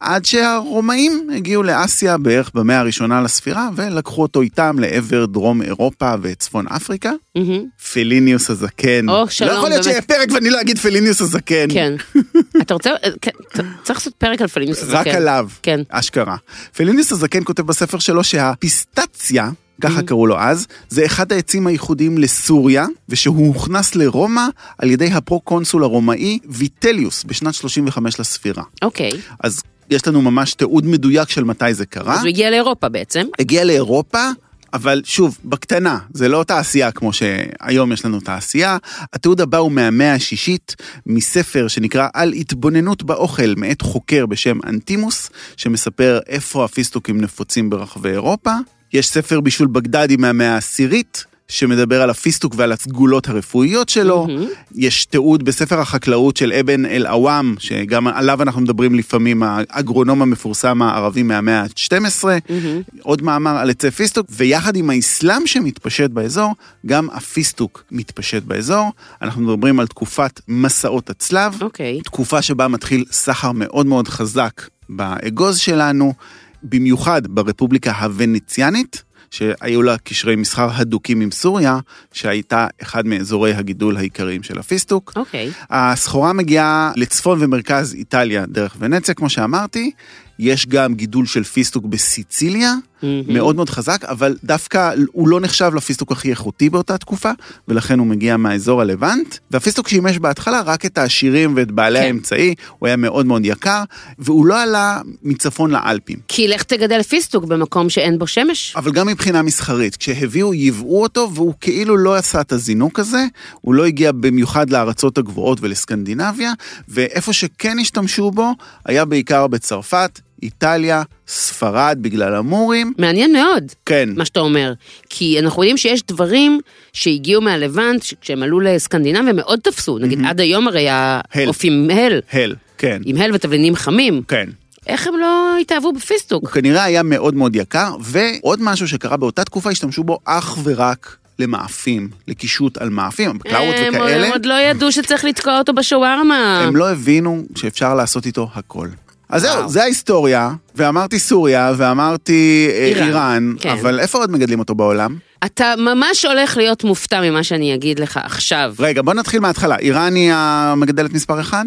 עד שהרומאים הגיעו לאסיה בערך במאה הראשונה לספירה, ולקחו אותו איתם לעבר דרום אירופה וצפון אפריקה.
מהמם.
פליניוס הזקן.
או, שלום,
לא יכול
באמת.
להיות שיהיה פרק ואני לא אגיד פליניוס הזקן.
כן. אתה רוצה, כן, ת- צריך לעשות פרק על פליניוס הזה,
רק
כן.
עליו.
כן.
אשכרה. פליניוס הזקן כותב בספר שלו שהפיסטציה, ככה קראו לו אז, זה אחד העצים הייחודיים לסוריה, ושהוא הוכנס לרומא על ידי הפרו-קונסול הרומאי ויטליוס בשנת 35 לספירה.
אוקיי.
אז יש לנו ממש תיעוד מדויק של מתי זה קרה.
אז הוא הגיע לאירופה בעצם.
כן, הגיע לאירופה, אבל שוב, בקטנה, זה לא תעשייה כמו שהיום יש לנו תעשייה. התיעוד הבא הוא מהמאה השישית, מספר שנקרא על התבוננות באוכל, מאת חוקר בשם אנטימוס, שמספר איפה הפיסטוקים נפוצים ברחבי אירופה. יש ספר בישול בגדדי מהמאה העשירית. שמדבר על הפיסטוק ועל הסגולות הרפואיות שלו.
מהמם.
יש תיעוד בספר החקלאות של אבן אל-עוואם, שגם עליו אנחנו מדברים לפעמים, האגרונום המפורסם הערבי מהמאה ה-12.
מהמם.
עוד מאמר על עצי פיסטוק, ויחד עם האסלאם שמתפשט באזור, גם הפיסטוק מתפשט באזור. אנחנו מדברים על תקופת מסעות הצלב,
אוקיי.
תקופה שבה מתחיל סחר מאוד מאוד חזק באגוז שלנו, במיוחד ברפובליקה הוונציאנית. שהיו לה קשרי מסחר הדוקים עם סוריה, שהייתה אחד מאזורי הגידול העיקריים של הפיסטוק.
אוקיי.
הסחורה מגיעה לצפון ומרכז איטליה דרך ונציה, כמו שאמרתי. יש גם גידול של פיסטוק בסיציליה,
מהמם.
מאוד מאוד חזק, אבל דווקא הוא לא נחשב לפיסטוק הכי איכותי באותה תקופה, ולכן הוא מגיע מהאזור הלבנט. והפיסטוק שימש בהתחלה רק את העשירים ואת בעלי
כן.
האמצעי, הוא היה מאוד מאוד יקר, והוא לא עלה מצפון לאלפים.
כי לך תגדל פיסטוק במקום שאין בו שמש.
אבל גם מבחינה מסחרית, כשהביאו, ייבאו אותו, והוא כאילו לא עשה את הזינוק הזה, הוא לא הגיע במיוחד לארצות הגבוהות ולסקנדינביה, ואיפה שכן השתמשו בו, היה בעיקר בצרפת, איטליה, ספרד, בגלל המורים,
מעניין מאוד.
כן.
מה שאתה אומר. כי אנחנו יודעים שיש דברים שהגיעו מהלבנט, שכשהם עלו לסקנדינביה הם מאוד תפסו. נגיד, עד היום הרי העוף עם הל,
הל, כן,
עם הל ותבלינים חמים.
כן.
איך הם לא התאהבו בפיסטוק?
הוא כנראה היה מאוד מאוד יקר, ועוד משהו שקרה באותה תקופה, השתמשו בו אך ורק למאפים, לקישוט על מאפים, קלאות
הם-
וכאלה.
הם עוד לא ידעו שצריך לתקוע אותו בשווארמה.
הם לא הבינו שאפשר לעשות איתו הכל. אז זהו,
וואו.
זה ההיסטוריה, ואמרתי סוריה, ואמרתי אה,
איראן,
איראן,
כן.
אבל איפה עוד מגדלים אותו בעולם?
אתה ממש הולך להיות מופתע ממה שאני אגיד לך עכשיו.
רגע, בוא נתחיל מההתחלה. איראן היא המגדלת מספר 1?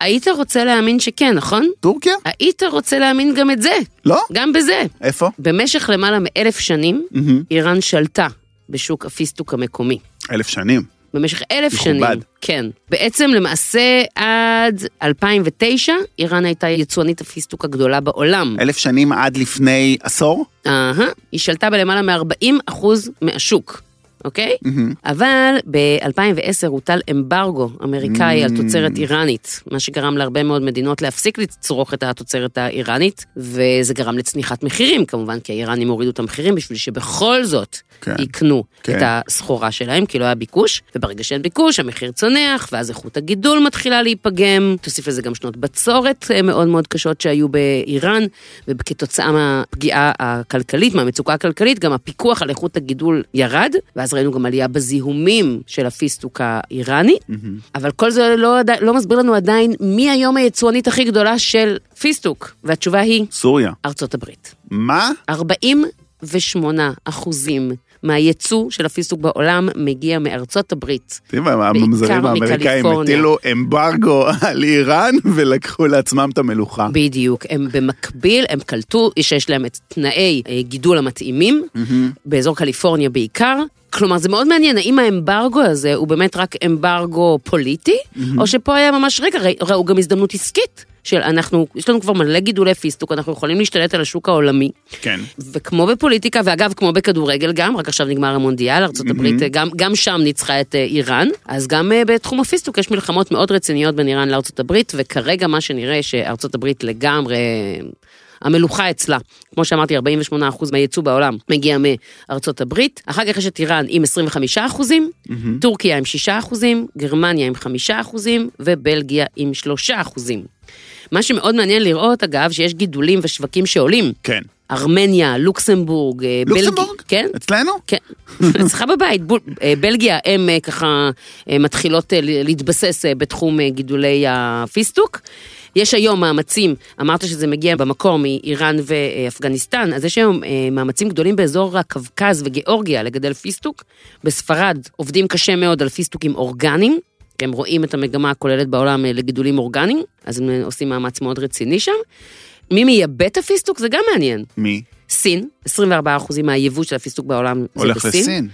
היית רוצה להאמין שכן, נכון?
טורקיה?
היית רוצה להאמין גם את זה,
לא?
גם בזה.
איפה?
במשך למעלה מאלף שנים,
מהמם.
איראן שלטה בשוק הפיסטוק המקומי.
אלף שנים.
במשך אלף
מכובד.
שנים. כן. בעצם למעשה עד 2009, איראן הייתה יצואנית הפיסטוק הגדולה בעולם.
אלף שנים עד לפני עשור?
אהה, היא שלטה בלמעלה מ-40 אחוז מהשוק, אוקיי?
מהמם.
אבל ב-2010 הוטל אמברגו אמריקאי על תוצרת איראנית, מה שגרם להרבה מאוד מדינות להפסיק לצרוך את התוצרת האיראנית, וזה גרם לצניחת מחירים כמובן, כי האיראנים הורידו את המחירים בשביל שבכל זאת
כן.
יקנו
כן.
את הסחורה שלהם, כי לא היה ביקוש, וברגע שאין ביקוש המחיר צונח, ואז איכות הגידול מתחילה להיפגם, תוסיף לזה גם שנות בצורת אה, מאוד מאוד קשות שהיו באיראן, וכתוצאה מהפגיעה הכלכלית, מהמצוקה הכלכלית, גם הפיקוח על איכות הגידול ירד, ואז ראינו גם עלייה בזיהומים של הפיסטוק האיראני, אבל כל זה לא, עדי- לא מסביר לנו עדיין מי היום היצואנית הכי גדולה של פיסטוק, והתשובה היא
סוריה.
ארצות הברית.
מה?
48 אחוזים מהייצוא של הפיסטוק בעולם מגיע מארצות הברית.
תראה, הממזרים האמריקאים
מקליפורניה.
הטילו אמברגו על איראן ולקחו לעצמם את המלוכה.
בדיוק, הם במקביל, הם קלטו שיש להם את תנאי אה, גידול המתאימים, באזור קליפורניה בעיקר. כלומר, זה מאוד מעניין, האם האמברגו הזה הוא באמת רק אמברגו פוליטי, או שפה היה ממש, רגע, ראי- ראו גם הזדמנות עסקית. של אנחנו, יש לנו כבר מלא גידולי פיסטוק, אנחנו יכולים להשתלט על השוק העולמי.
כן.
וכמו בפוליטיקה, ואגב, כמו בכדורגל גם, רק עכשיו נגמר המונדיאל, ארה"ב, mm-hmm. גם, גם שם ניצחה את אה, איראן, אז גם אה, בתחום הפיסטוק יש מלחמות מאוד רציניות בין איראן לארה"ב, וכרגע מה שנראה שארה"ב לגמרי... אה, המלוכה אצלה, כמו שאמרתי, 48% מהייצוא בעולם מגיע מארצות הברית, אחר כך יש את איראן עם 25%, טורקיה עם 6%, גרמניה עם 5% ובלגיה עם 3%. מה שמאוד מעניין לראות, אגב, שיש גידולים ושווקים שעולים.
כן.
ארמניה, לוקסמבורג, אה, בלגיה.
לוקסמבורג?
כן,
אצלנו?
כן. אצלך בבית, בול- אה, בלגיה, הן אה, ככה אה, מתחילות אה, ל- להתבסס אה, בתחום אה, גידולי הפיסטוק. יש היום מאמצים, אמרת שזה מגיע במקור מאיראן ואפגניסטן, אז יש היום אה, מאמצים גדולים באזור הקווקז וגיאורגיה לגדל פיסטוק. בספרד עובדים קשה מאוד על פיסטוקים אורגניים, כי הם רואים את המגמה הכוללת בעולם אה, לגידולים אורגניים, אז הם אה, עושים מאמץ מאוד רציני שם. מי מייבא את הפיסטוק? זה גם מעניין.
מי?
סין, 24% מהיבוא של הפיסטוק בעולם זה
הולך
בסין.
לסין.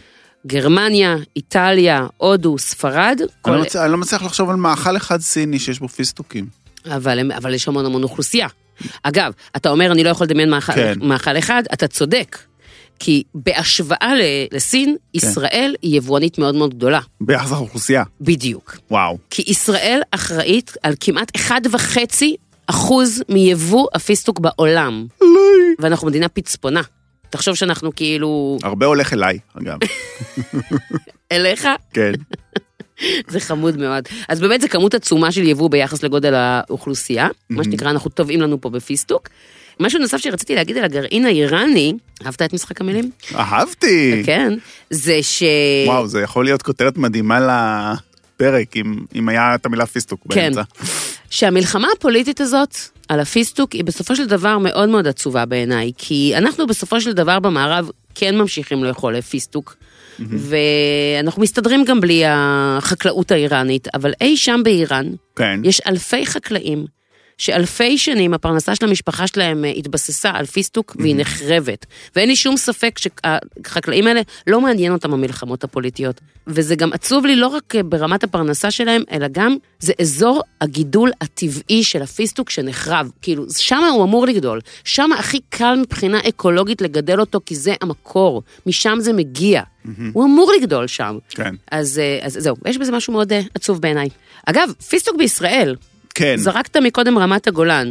גרמניה, איטליה, הודו, ספרד,
אני
כל...
לא מצ- אני לא מצליח לחשוב על מאכל אחד סיני שיש בו פיסטוקים.
אבל, הם- אבל יש המון המון אוכלוסייה. אגב, אתה אומר, אני לא יכול לדמיין מאכל,
כן.
מאכל אחד, אתה צודק. כי בהשוואה ל- לסין,
כן.
ישראל היא יבואנית מאוד מאוד גדולה.
ביחס לאוכלוסייה.
בדיוק.
וואו.
כי ישראל אחראית על כמעט 1.5 אחוז מיבוא הפיסטוק בעולם. ואנחנו מדינה פצפונה. תחשוב שאנחנו כאילו,
הרבה הולך אליי, אגב.
אליך,
כן.
זה חמוד מאוד. אז באמת זה כמות עצומה של יבוא ביחס לגודל האוכלוסייה,
Mm-hmm.
מה שנקרא, אנחנו טובעים לנו פה בפיסטוק. משהו נוסף שרציתי להגיד על הגרעין האיראני, אהבת את משחק המילים?
אהבתי.
כן. זה ש...
וואו, זה יכול להיות כותרת מדהימה לפרק, אם- אם היה את המילה פיסטוק
כן.
באמצע.
שהמלחמה הפוליטית הזאת על הפיסטוק היא בסופו של דבר מאוד מאוד עצובה בעיניי, כי אנחנו בסופו של דבר במערב כן ממשיכים לאכול פיסטוק,
Mm-hmm.
ואנחנו מסתדרים גם בלי החקלאות האיראנית, אבל אי שם באיראן,
כן.
יש אלפי חקלאים. שאלפי שנים הפרנסה של המשפחה שלהם אה, התבססה על פיסטוק והיא נחרבת. ואין לי שום ספק שהחקלאים האלה, לא מעניין אותם המלחמות הפוליטיות. וזה גם עצוב לי לא רק אה, ברמת הפרנסה שלהם, אלא גם זה אזור הגידול הטבעי של הפיסטוק שנחרב. כאילו, שם הוא אמור לגדול. שם הכי קל מבחינה אקולוגית לגדל אותו, כי זה המקור. משם זה מגיע. הוא אמור לגדול שם.
כן.
אז, אה, אז זהו, יש בזה משהו מאוד אה, עצוב בעיניי. אגב, פיסטוק בישראל,
כן.
זרקת מקודם רמת הגולן.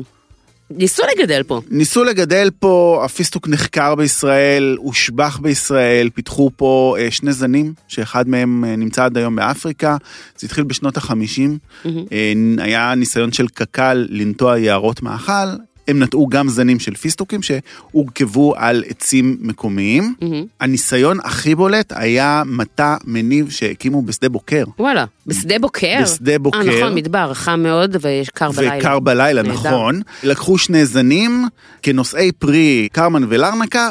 ניסו לגדל פה.
ניסו לגדל פה, הפיסטוק נחקר בישראל, הושבח בישראל, פיתחו פה אה, שני זנים, שאחד מהם אה, נמצא עד היום באפריקה. זה התחיל בשנות החמישים, אה, היה ניסיון של קק"ל לנטוע יערות מאכל. הם נטעו גם זנים של פיסטוקים שהורכבו על עצים מקומיים. הניסיון הכי בולט היה מטע מניב שהקימו בשדה בוקר.
וואלה, בשדה בוקר.
בשדה בוקר.
אה, נכון, מדבר, חם מאוד וקר בלילה.
וקר בלילה,
נהדר.
נכון. לקחו שני זנים כנושאי פרי קרמן ולרנקה,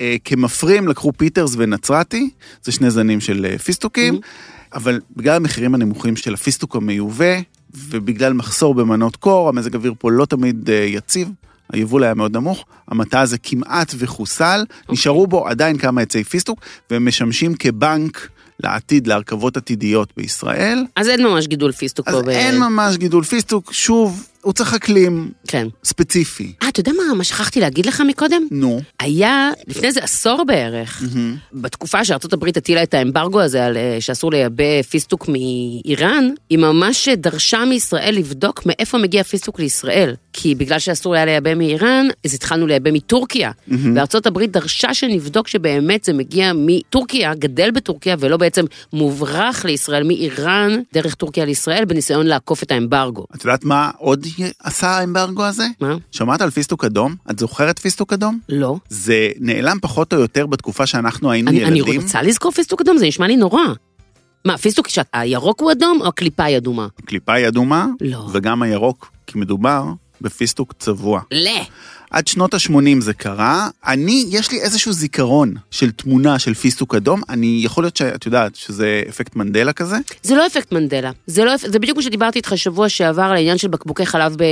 וכמפרים לקחו פיטרס ונצרתי, זה שני זנים של אה, פיסטוקים,
Mm-hmm.
אבל בגלל המחירים הנמוכים של הפיסטוק המיובא, ובגלל מחסור במנות קור, המזג אוויר פה לא תמיד אה, יציב. היבול היה מאוד נמוך, המטע הזה כמעט וחוסל,
אוקיי.
נשארו בו עדיין כמה עצי פיסטוק, והם משמשים כבנק לעתיד, להרכבות עתידיות בישראל.
אז אין ממש גידול פיסטוק
אז
פה. ב-
אין ממש גידול פיסטוק, שוב, הוא צריך אקלים
כן.
ספציפי.
אה, אתה יודע מה, מה שכחתי להגיד לך מקודם?
נו.
היה לפני איזה עשור בערך, בתקופה שארצות הברית הטילה את האמברגו הזה על אה, שאסור לייבא פיסטוק מאיראן, היא ממש דרשה מישראל לבדוק מאיפה מגיע פיסטוק לישראל. כי בגלל שאסור היה לייבא מאיראן, אז התחלנו לייבא מטורקיה. וארצות הברית דרשה שנבדוק שבאמת זה מגיע מטורקיה, גדל בטורקיה, ולא בעצם מוברח לישראל מאיראן דרך טורקיה לישראל, בניסיון לעקוף את האמברגו.
את יודעת מה עוד עשה האמברגו הזה?
מה?
שמעת על פיסטוק אדום? את זוכרת פיסטוק אדום?
לא.
זה נעלם פחות או יותר בתקופה שאנחנו היינו
אני, אני
ילדים.
רוצה לזכור פיסטוק אדום, זה נשמע לי נורא. מה, פיסטוק שהירוק הוא אדום או הקליפה היא אדומה?
הקליפה היא אדומה,
לא.
וגם הירוק, כי מדובר בפיסטוק צבוע.
לא.
עד שנות ה-80 זה קרה. אני, יש לי איזשהו זיכרון של תמונה של פיסטוק אדום. אני, יכול להיות שאת יודעת שזה אפקט מנדלה כזה.
זה לא אפקט מנדלה. זה, לא, אפ- זה בדיוק מה שדיברתי איתך שבוע שעבר על העניין של בקבוקי חלב ב-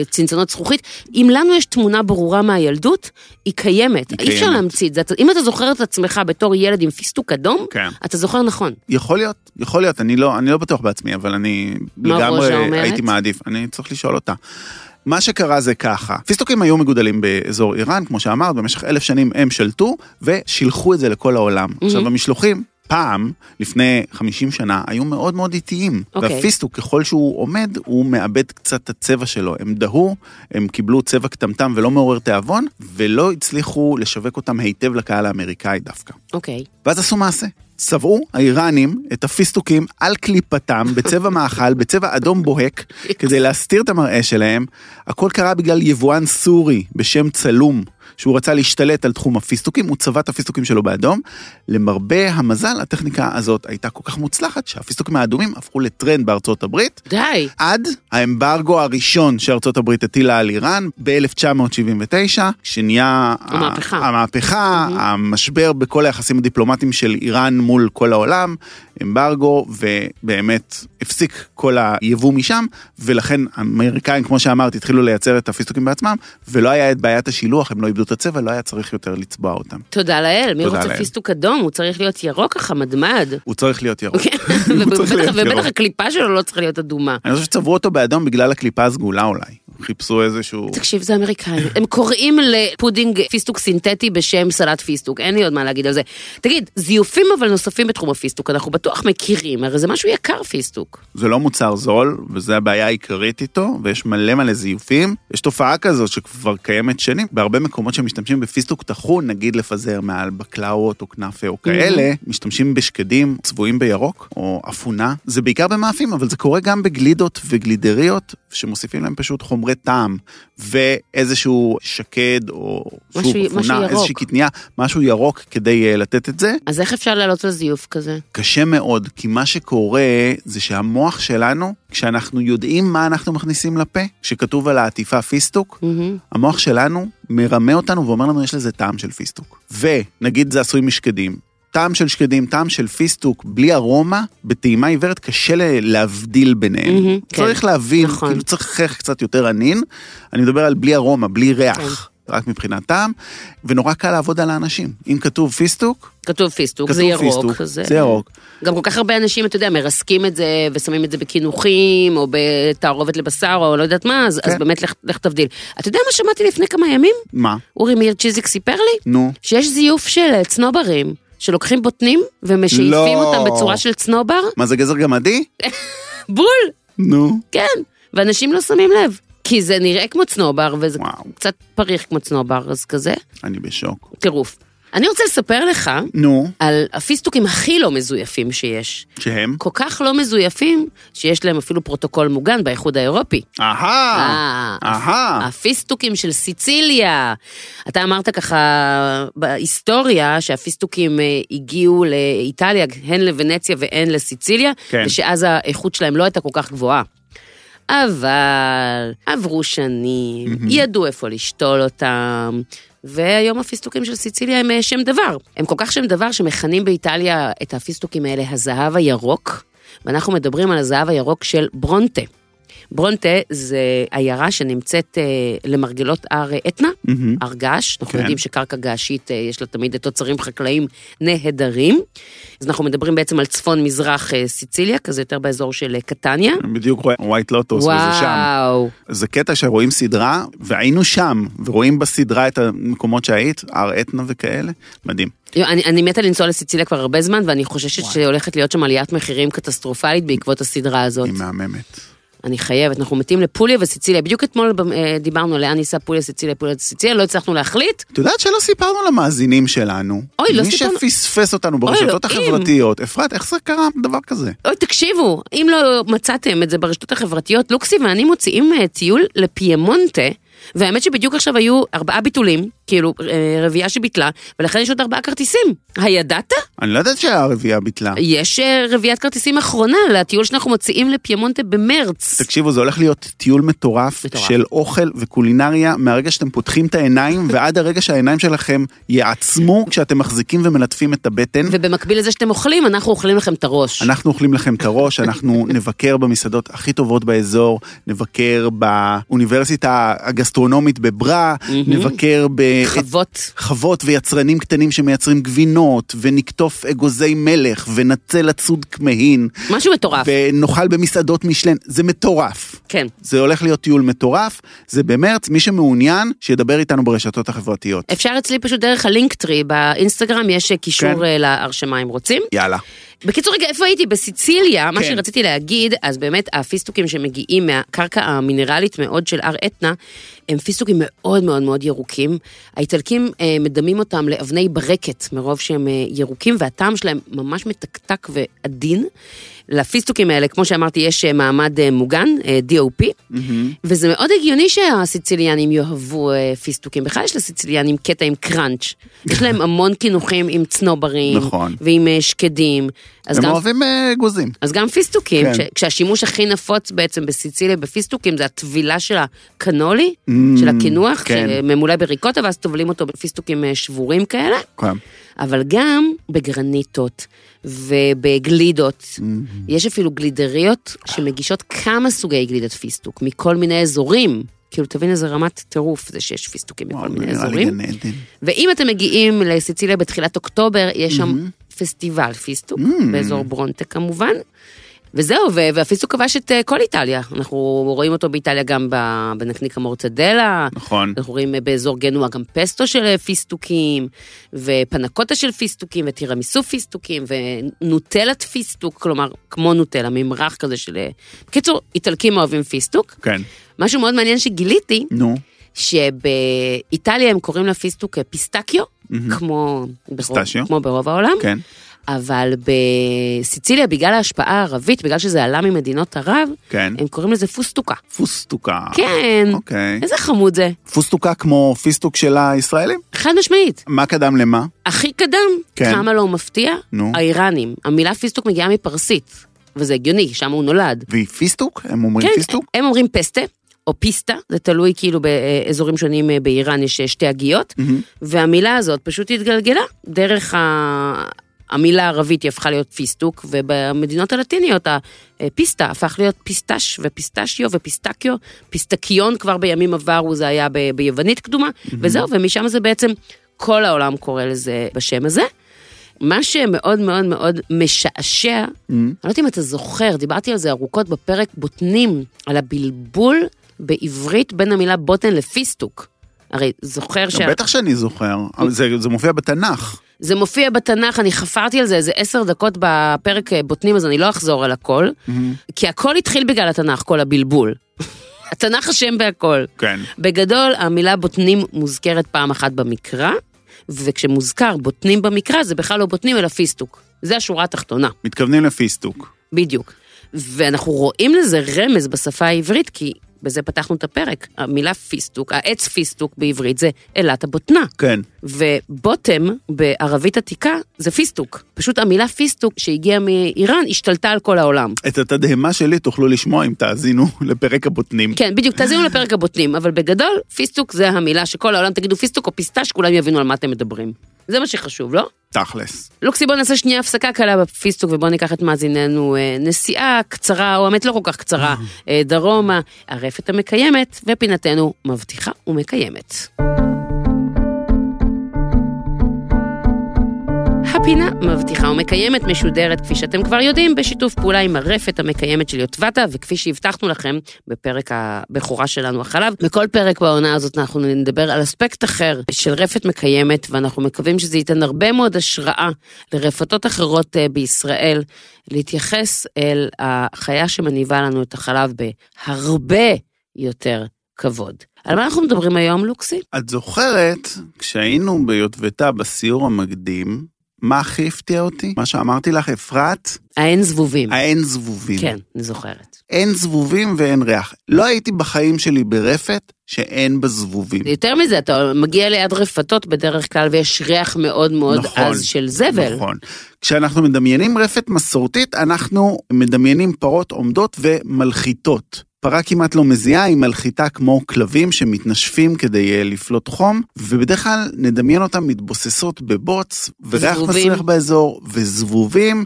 בצנצנות זכוכית. אם לנו יש תמונה ברורה מהילדות, היא קיימת.
היא
אי אפשר
קיימת.
להמציא את זה. אתה- אם אתה זוכר את עצמך בתור ילד עם פיסטוק אדום,
כן.
אתה זוכר נכון.
יכול להיות, יכול להיות, אני לא, אני לא בטוח בעצמי, אבל אני
מה רוז'ה
לגמרי
אומרת?
הייתי מעדיף, אני צריך לשאול אותה. מה שקרה זה ככה, פיסטוקים היו מגודלים באזור איראן, כמו שאמרת, במשך אלף שנים הם שלטו, ושילחו את זה לכל העולם.
Mm-hmm.
עכשיו, המשלוחים, פעם, לפני 50 שנה, היו מאוד מאוד איטיים.
אוקיי.
והפיסטוק, ככל שהוא עומד, הוא מאבד קצת את הצבע שלו. הם דהו, הם קיבלו צבע קטמטם ולא מעורר תיאבון, ולא הצליחו לשווק אותם היטב לקהל האמריקאי דווקא.
אוקיי.
ואז עשו מעשה. צבעו האיראנים את הפיסטוקים על קליפתם בצבע מאכל, בצבע אדום בוהק, כדי להסתיר את המראה שלהם. הכל קרה בגלל יבואן סורי בשם צלום, שהוא רצה להשתלט על תחום הפיסטוקים, הוא צבע את הפיסטוקים שלו באדום. למרבה המזל, הטכניקה הזאת הייתה כל כך מוצלחת, שהפיסטוקים האדומים הפכו לטרנד בארצות הברית,
די.
עד האמברגו הראשון שארצות הברית הטילה על איראן ב-1979, שנהיה...
המהפכה.
ה- המהפכה, המשבר בכל היחסים הדיפלומטיים של איראן מול כל העולם, אמברגו, ובאמת הפסיק כל היבוא משם, ולכן האמריקאים, כמו שאמרת, התחילו לייצר את הפיסטוקים בעצמם, ולא היה את בעיית השילוח, הם לא איבדו את הצבע, לא היה צריך יותר לצבוע אותם.
תודה לאל, מי
תודה
רוצה
לאל.
פיסטוק אדום? הוא צריך להיות ירוק החמדמד.
הוא צריך להיות ירוק. הוא צריך
אוקיי.
להיות
ובטח- ובטח
ירוק.
הקליפה שלו לא צריכה להיות אדומה.
אני חושב שצבעו אותו באדום בגלל הקליפה הסגולה אולי. חיפשו איזשהו...
תקשיב, זה אמריקאים. הם קוראים לפודינג פיסטוק סינתטי בשם סלט פיסטוק, אין לי עוד מה להגיד על זה. תגיד, זיופים אבל נוספים בתחום הפיסטוק, אנחנו בטוח מכירים, הרי זה משהו יקר פיסטוק.
זה לא מוצר זול, וזו הבעיה העיקרית איתו, ויש מלא מלא זיופים. יש תופעה כזאת שכבר קיימת שנים, בהרבה מקומות שמשתמשים בפיסטוק טחון, נגיד לפזר מעל בקלאות או כנאפה או כאלה,
Mm-hmm.
משתמשים בשקדים צבועים בירוק, או אפונה. זה בעיקר במאפים, אבל זה קורה גם בגלידות וגלידריות, שמוסיפים להם פשוט חומרי טעם, ואיזשהו שקד או
משהו-
שוב
משהו
אפונה,
ירוק.
איזושהי קטניה, משהו ירוק כדי אה, לתת את זה.
אז איך אפשר לעלות על זיוף כזה?
קשה מאוד, כי מה שקורה זה שהמוח שלנו, כשאנחנו יודעים מה אנחנו מכניסים לפה, כשכתוב על העטיפה פיסטוק,
מהמם.
המוח שלנו מרמה אותנו ואומר לנו, יש לזה טעם של פיסטוק. ונגיד זה עשוי משקדים. טעם של שקדים, טעם של פיסטוק, בלי ארומה, בטעימה עיוורת קשה ל- להבדיל ביניהם.
מהמם, כן.
צריך להבין,
נכון.
כאילו צריך ריח קצת יותר ענין. אני מדבר על בלי ארומה, בלי
כן.
ריח, רק מבחינת טעם, ונורא קל לעבוד על האנשים. אם כתוב פיסטוק,
כתוב פיסטוק,
כתוב
זה ירוק.
פיסטוק, זה ירוק.
גם כל כך הרבה אנשים, אתה יודע, מרסקים את זה ושמים את זה בקינוחים, או בתערובת לבשר, או לא יודעת מה, אז,
כן.
אז באמת לך, לך תבדיל. אתה יודע מה שמעתי לפני כמה ימים?
מה?
אורי מאיר צ'יזיק סיפר לי?
נו.
שיש זיוף של אה, צנוברים, שלוקחים בוטנים ומשאיפים
לא.
אותם בצורה של צנובר,
מה זה גזר גמדי?
בול,
נו.
כן, ואנשים לא שמים לב, כי זה נראה כמו צנובר, וזה
וואו,
קצת פריך כמו צנובר, אז כזה,
אני בשוק.
טירוף. אני רוצה לספר לך
נו,
על הפיסטוקים הכי לא מזויפים שיש.
שהם?
כל כך לא מזויפים, שיש להם אפילו פרוטוקול מוגן באיחוד האירופי.
אהה!
אה,
אהה!
הפיסטוקים של סיציליה. אתה אמרת ככה בהיסטוריה שהפיסטוקים אה, הגיעו לאיטליה, הן לוונציה והן לסיציליה,
כן.
ושאז האיכות שלהם לא הייתה כל כך גבוהה. אבל עברו שנים, ידעו איפה לשתול אותם, והיום הפיסטוקים של סיציליה הם אה, שם דבר. הם כל כך שם דבר שמכנים באיטליה את הפיסטוקים האלה הזהב הירוק, ואנחנו מדברים על הזהב הירוק של ברונטה. ברונטה זה עיירה שנמצאת אה, למרגלות הר אתנה,
מהמם.
הר געש. אנחנו
כן.
יודעים שקרקע געשית אה, יש לה תמיד תוצרים חקלאיים נהדרים. אז אנחנו מדברים בעצם על צפון-מזרח אה, סיציליה, כזה יותר באזור של אה, קטניה.
אני בדיוק רואה ווייט לוטוס, וזה שם.
וואו,
זה קטע שרואים סדרה, והיינו שם, ורואים בסדרה את המקומות שהיית, הר אתנה וכאלה. מדהים.
יו, אני, אני מתה לנסוע לסיציליה כבר הרבה זמן, ואני חוששת שהולכת להיות שם עליית מחירים קטסטרופלית בעקבות הסדרה הזאת.
היא מהממת.
אני חייבת, אנחנו מתים לפוליה וסיציליה. בדיוק אתמול אה, דיברנו לאן ניסע פוליה, סיציליה, פוליה, סיציליה, לא הצלחנו להחליט,
את יודעת שלא סיפרנו למאזינים שלנו.
אוי, לא
מי
סיפרנו-
שפספס אותנו ברשתות
אלוהים.
החברתיות. אפרת, איך זה קרה דבר כזה?
אוי, תקשיבו, אם לא מצאתם את זה ברשתות החברתיות, לוקסי ואני מוציאים אה, טיול לפיימונטה, והאמת שבדיוק עכשיו היו ארבעה ביטולים, כאילו אה, רביעייה שביטלה, ולכן יש עוד ארבעה כרטיסים. הידעת?
אני לא יודעת שהרביעייה ביטלה.
יש אה, רביעיית כרטיסים אחרונה לטיול שאנחנו מוציאים לפיימונטה במרץ.
תקשיבו, זה הולך להיות טיול מטורף,
מטורף.
של אוכל וקולינריה מהרגע שאתם פותחים את העיניים ועד הרגע שהעיניים שלכם יעצמו כשאתם מחזיקים ומלטפים את הבטן.
ובמקביל לזה שאתם אוכלים, אנחנו אוכלים לכם את הראש.
אנחנו אוכלים לכם את הראש, אנחנו נבקר במסעדות הכי טובות באזור, נבקר באוניברסיטה הגסטרונומית בברא, נבקר ב...
חוות.
חוות ויצרנים קטנים שמייצרים גבינות, ונקטוף אגוזי מלך, ונצל עצוד כמהין,
משהו מטורף.
ונאכל במסעדות משלן, זה מטורף.
כן.
זה הולך להיות טיול מטורף, זה במרץ, מי שמעוניין, שידבר איתנו ברשתות החברתיות.
אפשר אצלי פשוט דרך הלינקטרי באינסטגרם, יש אה,
כן.
קישור אה, להרשמה אם רוצים.
יאללה.
בקיצור, רגע, איפה הייתי? בסיציליה, מה
כן.
שרציתי להגיד, אז באמת הפיסטוקים שמגיעים מהקרקע המינרלית מאוד של הר אתנה, הם פיסטוקים מאוד מאוד מאוד ירוקים. האיטלקים אה, מדמים אותם לאבני ברקת, מרוב שהם אה, ירוקים, והטעם שלהם ממש מתקתק ועדין. לפיסטוקים האלה, כמו שאמרתי, יש אה, מעמד אה, מוגן, אה, DOP, וזה מאוד הגיוני שהסיציליאנים יאהבו אה, פיסטוקים. בכלל יש לסיציליאנים קטע עם קראנץ'. יש להם המון קינוחים עם צנוברים,
נכון.
ועם אה, שקדים. אז
הם
גם-
אוהבים אה, אגוזים.
אז גם פיסטוקים,
כן.
כש- כשהשימוש הכי נפוץ בעצם בסיציליה בפיסטוקים זה הטבילה של הקנולי,
Mm,
של הקינוח,
כן.
שממולא בריקוטה, ואז טובלים אותו בפיסטוקים אה, שבורים כאלה,
כן.
אבל גם בגרניטות ובגלידות.
Mm-hmm.
יש אפילו גלידריות שמגישות כמה סוגי גלידת פיסטוק, מכל מיני אזורים. כאילו, תבין איזה רמת טירוף זה שיש פיסטוקים
וואו, לא
מכל
זה
מיני
נראה לי
אזורים.
גן עדן.
ואם אתם מגיעים לסיציליה בתחילת אוקטובר, יש שם פסטיבל פיסטוק,
Mm.
באזור ברונטה כמובן. וזהו, ו- והפיסטוק כבש את אה, כל איטליה. אנחנו רואים אותו באיטליה גם ב- בנקניק המורטדלה,
נכון.
אנחנו רואים אה, באזור גנוע גם פסטו של אה, פיסטוקים, ופנקוטה של פיסטוקים, וטירמיסו פיסטוקים, ונוטלת פיסטוק, כלומר, כמו נוטלה, ממרח כזה של... אה, בקיצור, איטלקים אוהבים פיסטוק.
כן.
משהו מאוד מעניין שגיליתי,
נו.
שבאיטליה הם קוראים לפיסטוק אה, פיסטקיו, כמו ברוב-
פיסטשיו.
כמו ברוב העולם.
כן.
אבל בסיציליה, בגלל ההשפעה הערבית, בגלל שזה עלה ממדינות ערב,
כן. אוקיי.
הם קוראים לזה פוסטוקה.
פוסטוקה.
כן.
אוקיי.
איזה חמוד זה.
פוסטוקה כמו פיסטוק של הישראלים?
חד משמעית.
מה קדם למה?
הכי קדם,
כן.
כן. כמה לא מפתיע,
נו.
האיראנים. המילה פיסטוק מגיעה מפרסית, וזה הגיוני, שם הוא נולד.
והיא פיסטוק? הם אומרים
כן,
פיסטוק?
הם אומרים פסטה. או פיסטה, זה תלוי כאילו באזורים שונים אה, באיראן, יש אה, שתי הגיות,
מהמם.
והמילה הזאת פשוט התגלגלה דרך ה... המילה הערבית היא הפכה להיות פיסטוק, ובמדינות הלטיניות הפיסטה הפך להיות פיסטש ופיסטשיו ופיסטקיו, פיסטקיון כבר בימים עברו זה היה ב- ביוונית קדומה, וזהו, ומשם זה בעצם, כל העולם קורא לזה בשם הזה. מה שמאוד מאוד מאוד משעשע, אני לא יודעת אם אתה זוכר, דיברתי על זה ארוכות בפרק בוטנים, על הבלבול בעברית בין המילה בוטן לפיסטוק. הרי זוכר ש...
לא, בטח שאני זוכר. אבל זה זה מופיע בתנ"ך.
זה מופיע בתנ"ך, אני חפרתי על זה איזה עשר דקות בפרק אה, בוטנים, אז אני לא אחזור על הכל, כי הכל התחיל בגלל התנ"ך, כל הבלבול. התנ"ך אשם בהכל.
כן.
בגדול, המילה בוטנים מוזכרת פעם אחת במקרא, וכשמוזכר בוטנים במקרא, זה בכלל לא בוטנים אלא פיסטוק. זה השורה התחתונה,
מתכוונים לפיסטוק.
בדיוק. ואנחנו רואים לזה רמז בשפה העברית, כי בזה פתחנו את הפרק. המילה פיסטוק, העץ פיסטוק בעברית זה אלת הבוטנה.
כן.
ובוטם בערבית עתיקה זה פיסטוק. פשוט המילה פיסטוק שהגיעה מאיראן השתלטה על כל העולם.
את התדהמה שלי תוכלו לשמוע אם תאזינו לפרק הבוטנים.
כן, בדיוק, תאזינו לפרק הבוטנים, אבל בגדול, פיסטוק זה המילה שכל העולם תגידו פיסטוק או פיסטש, כולם יבינו על מה אתם מדברים. זה מה שחשוב, לא?
תכלס.
לוקסי, בוא נעשה שנייה הפסקה קלה בפיסטוק ובוא ניקח את מאזיננו אה, נסיעה קצרה, או האמת לא כל כך קצרה, אה, דרומה, הרפת המקיימת, ופינתנו מבטיחה ומקיימת. הפינה מבטיחה ומקיימת משודרת, כפי שאתם כבר יודעים, בשיתוף פעולה עם הרפת המקיימת של יוטבתה, וכפי שהבטחנו לכם בפרק הבכורה שלנו, החלב. בכל פרק בעונה הזאת אנחנו נדבר על אספקט אחר של רפת מקיימת, ואנחנו מקווים שזה ייתן הרבה מאוד השראה לרפתות אחרות אה, בישראל, להתייחס אל החיה שמניבה לנו את החלב בהרבה יותר כבוד. על מה אנחנו מדברים היום, לוקסי?
את זוכרת, כשהיינו ביוטבתה בסיור המקדים, מה הכי הפתיע אותי? מה שאמרתי לך, אפרת,
האין זבובים.
האין זבובים.
כן, אני זוכרת.
אין זבובים ואין ריח. לא הייתי בחיים שלי ברפת שאין בה זבובים.
יותר מזה, אתה מגיע ליד רפתות בדרך כלל, ויש ריח מאוד מאוד
נכון,
עז של זבל.
נכון. כשאנחנו מדמיינים רפת מסורתית, אנחנו מדמיינים פרות עומדות ומלחיתות. פרה כמעט לא מזיעה, היא מלחיתה כמו כלבים שמתנשפים כדי אה, לפלוט חום, ובדרך כלל נדמיין אותן מתבוססות בבוץ, וריח
זבובים.
מסריח באזור, וזבובים,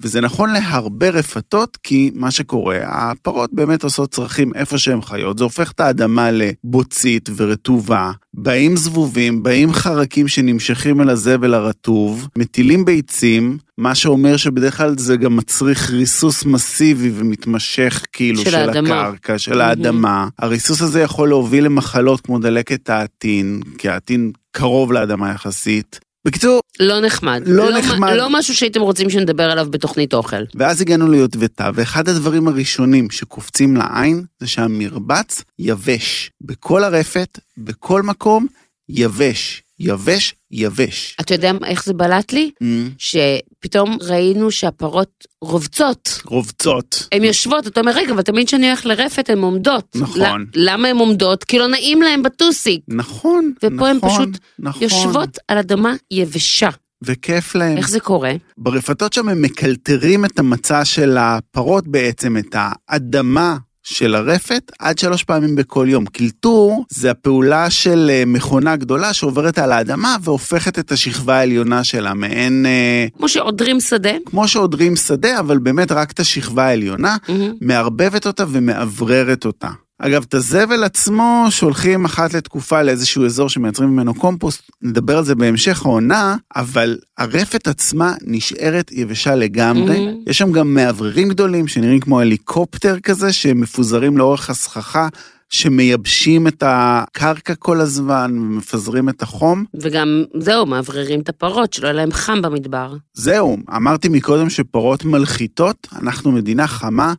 וזה נכון להרבה רפתות, כי מה שקורה, הפרות באמת עושות צרכים איפה שהן חיות, זה הופך את האדמה לבוצית ורטובה, באים זבובים, באים חרקים שנמשכים אל הזבל הרטוב, מטילים ביצים, מה שאומר שבדרך כלל זה גם מצריך ריסוס מסיבי ומתמשך כאילו
של
של,
האדמה.
הקרקע, של האדמה. הריסוס הזה יכול להוביל למחלות כמו דלקת העטין, כי העטין קרוב לאדמה יחסית. בקיצור,
לא נחמד.
לא
מ-
נחמד.
לא משהו שהייתם רוצים שנדבר עליו בתוכנית אוכל.
ואז הגענו ליוטבתה, ואחד הדברים הראשונים שקופצים לעין זה שהמרבץ יבש. בכל הרפת, בכל מקום, יבש. יבש, יבש.
אתה יודע איך זה בלט לי?
אמ,
שפתאום ראינו שהפרות רובצות.
רובצות.
הן יושבות, אתה אומר, רגע, אבל תמיד כשאני הולך לרפת הן עומדות.
נכון.
ל- למה הן עומדות? כי לא נעים להן בטוסיק.
נכון,
ופה
נכון,
הם פשוט
נכון.
יושבות על אדמה יבשה.
כן. וכיף להם.
איך זה קורה?
ברפתות שם הם מקלטרים את המצע של הפרות בעצם, את האדמה. של הרפת עד שלוש פעמים בכל יום. קלטור זה הפעולה של אה, מכונה גדולה שעוברת על האדמה והופכת את השכבה העליונה שלה, מעין אה,
כמו שעודרים שדה.
כמו שעודרים שדה, אבל באמת רק את השכבה העליונה,
מהמם.
מערבבת אותה ומאווררת אותה. אגב, את הזבל עצמו שולחים אחת לתקופה לאיזשהו אזור שמייצרים ממנו קומפוסט, נדבר על זה בהמשך העונה, אבל הרפת עצמה נשארת יבשה לגמרי.
Mhm.
יש שם גם מאווררים גדולים שנראים כמו הליקופטר כזה, שמפוזרים לאורך הסככה, שמייבשים את הקרקע כל הזמן, מפזרים את החום.
וגם, זהו, מאווררים את הפרות, שלא יהיה להם חם במדבר.
זהו, אמרתי מקודם שפרות מלחיתות, אנחנו מדינה חמה,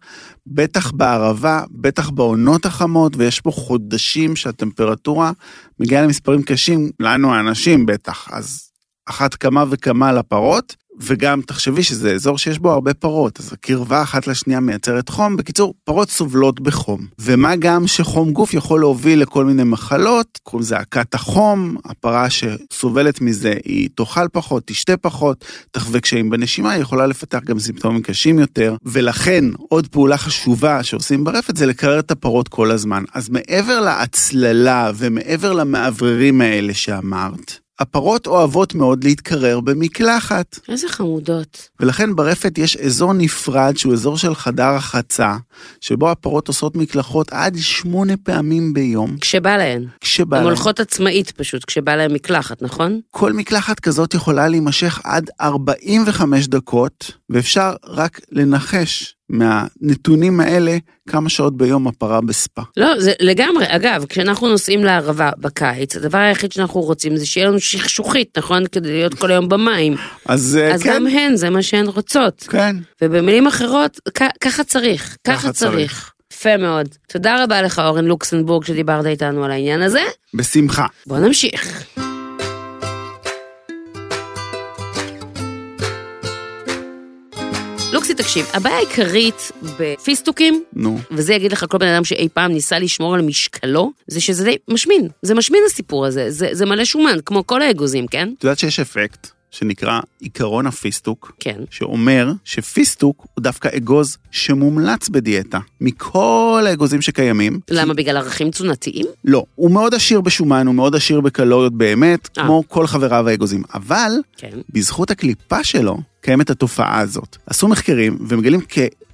בטח בערבה, בטח בעונות החמות, ויש פה חודשים שהטמפרטורה מגיעה למספרים קשים, לנו האנשים בטח, אז אחת כמה וכמה לפרות, וגם תחשבי שזה אזור שיש בו הרבה פרות, אז הקרבה אחת לשנייה מייצרת חום. בקיצור, פרות סובלות בחום. ומה גם שחום גוף יכול להוביל לכל מיני מחלות, קוראים לזה הכת החום, הפרה שסובלת מזה היא תאכל פחות, תשתה פחות, תחווה קשיים בנשימה, היא יכולה לפתח גם סימפטומים קשים יותר, ולכן עוד פעולה חשובה שעושים ברפת זה לקרר את הפרות כל הזמן. אז מעבר להצללה ומעבר למאווררים האלה שאמרת, הפרות אוהבות מאוד להתקרר במקלחת.
איזה חמודות.
ולכן ברפת יש אזור נפרד שהוא אזור של חדר רחצה, שבו הפרות עושות מקלחות עד שמונה פעמים ביום,
כשבא להן.
כשבא
הן
להן.
הולכות עצמאית פשוט, כשבא להן מקלחת, נכון?
כל מקלחת כזאת יכולה להימשך עד 45 דקות, ואפשר רק לנחש מהנתונים האלה כמה שעות ביום הפרה בספה.
לא, זה לגמרי. אגב, כשאנחנו נוסעים לערבה בקיץ, הדבר היחיד שאנחנו רוצים זה שיהיה לנו שכשוכית, נכון? כדי להיות כל היום במים.
אז, אה,
אז
כן,
גם הן, זה מה שהן רוצות.
כן.
ובמילים אחרות, כ- ככה צריך,
ככה
ככה
צריך.
צריך. יפה מאוד. תודה רבה לך, אורן לוקסנבורג, שדיברת איתנו על העניין הזה.
בשמחה.
בוא נמשיך. לוקסי, תקשיב, הבעיה העיקרית בפיסטוקים,
נו,
וזה יגיד לך כל בן אדם שאי פעם ניסה לשמור על משקלו, זה שזה די משמין. זה משמין הסיפור הזה, זה, זה מלא שומן, כמו כל האגוזים, כן?
את יודעת שיש אפקט שנקרא עיקרון הפיסטוק,
כן.
שאומר שפיסטוק הוא דווקא אגוז שמומלץ בדיאטה. מכל האגוזים שקיימים,
למה? בגלל ערכים תזונתיים?
לא, הוא מאוד עשיר בשומן, הוא מאוד עשיר בקלוריות באמת,
אה.
כמו כל חבריו האגוזים, אבל
כן.
בזכות הקליפה שלו קיימת התופעה הזאת. עשו מחקרים ומגלים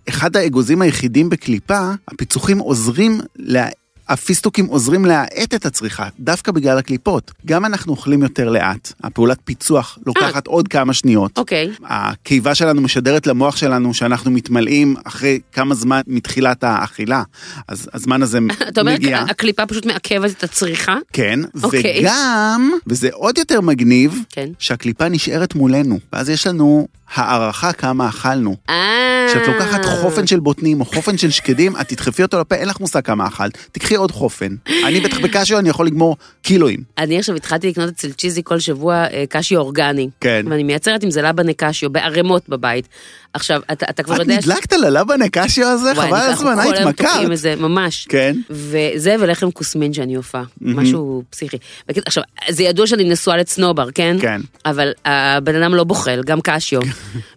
כאחד האגוזים היחידים בקליפה, הפיצוחים עוזרים לה... הפיסטוקים עוזרים להאט את הצריכה, דווקא בגלל הקליפות. גם אנחנו אוכלים יותר לאט, הפעולת פיצוח לוקחת עוד כמה שניות.
אה. אוקיי.
הקיבה שלנו משדרת למוח שלנו שאנחנו מתמלאים אחרי כמה זמן מתחילת האכילה. אז הזמן הזה מגיע.
אתה אומר, הקליפה פשוט מעכבת את הצריכה?
כן,
אוקיי.
וגם, וזה עוד יותר מגניב,
כן.
שהקליפה נשארת מולנו, ואז יש לנו הערכה כמה אכלנו.
אה...
כשאת לוקחת חופן של בוטנים או חופן של שקדים, את תדחפי אותו לפה, אין לך מושג כמה אכלת, תקחי עוד חופן. אני בטח בקשיו, אני יכול לגמור קילואים.
אני עכשיו התחלתי לקנות אצל צ'יזי כל שבוע אה, קשיו אורגני.
כן.
ואני מייצרת עם זה לבנה קשיו, בערימות בבית. עכשיו, אתה, אתה כבר
את
יודע... ש-
נדלקת על הלבן הקשיו הזה?
וואי,
חבל על
אני-
הזמן,
אנחנו כל היום תוקעים
התמכרת.
את זה, ממש.
כן.
וזה ולחם כוסמין שאני אופה, משהו פסיכי. בקיצור, עכשיו, זה ידוע שאני נשואה לצנובר, כן?
כן.
אבל הבן אדם לא בוחל, גם קשיו.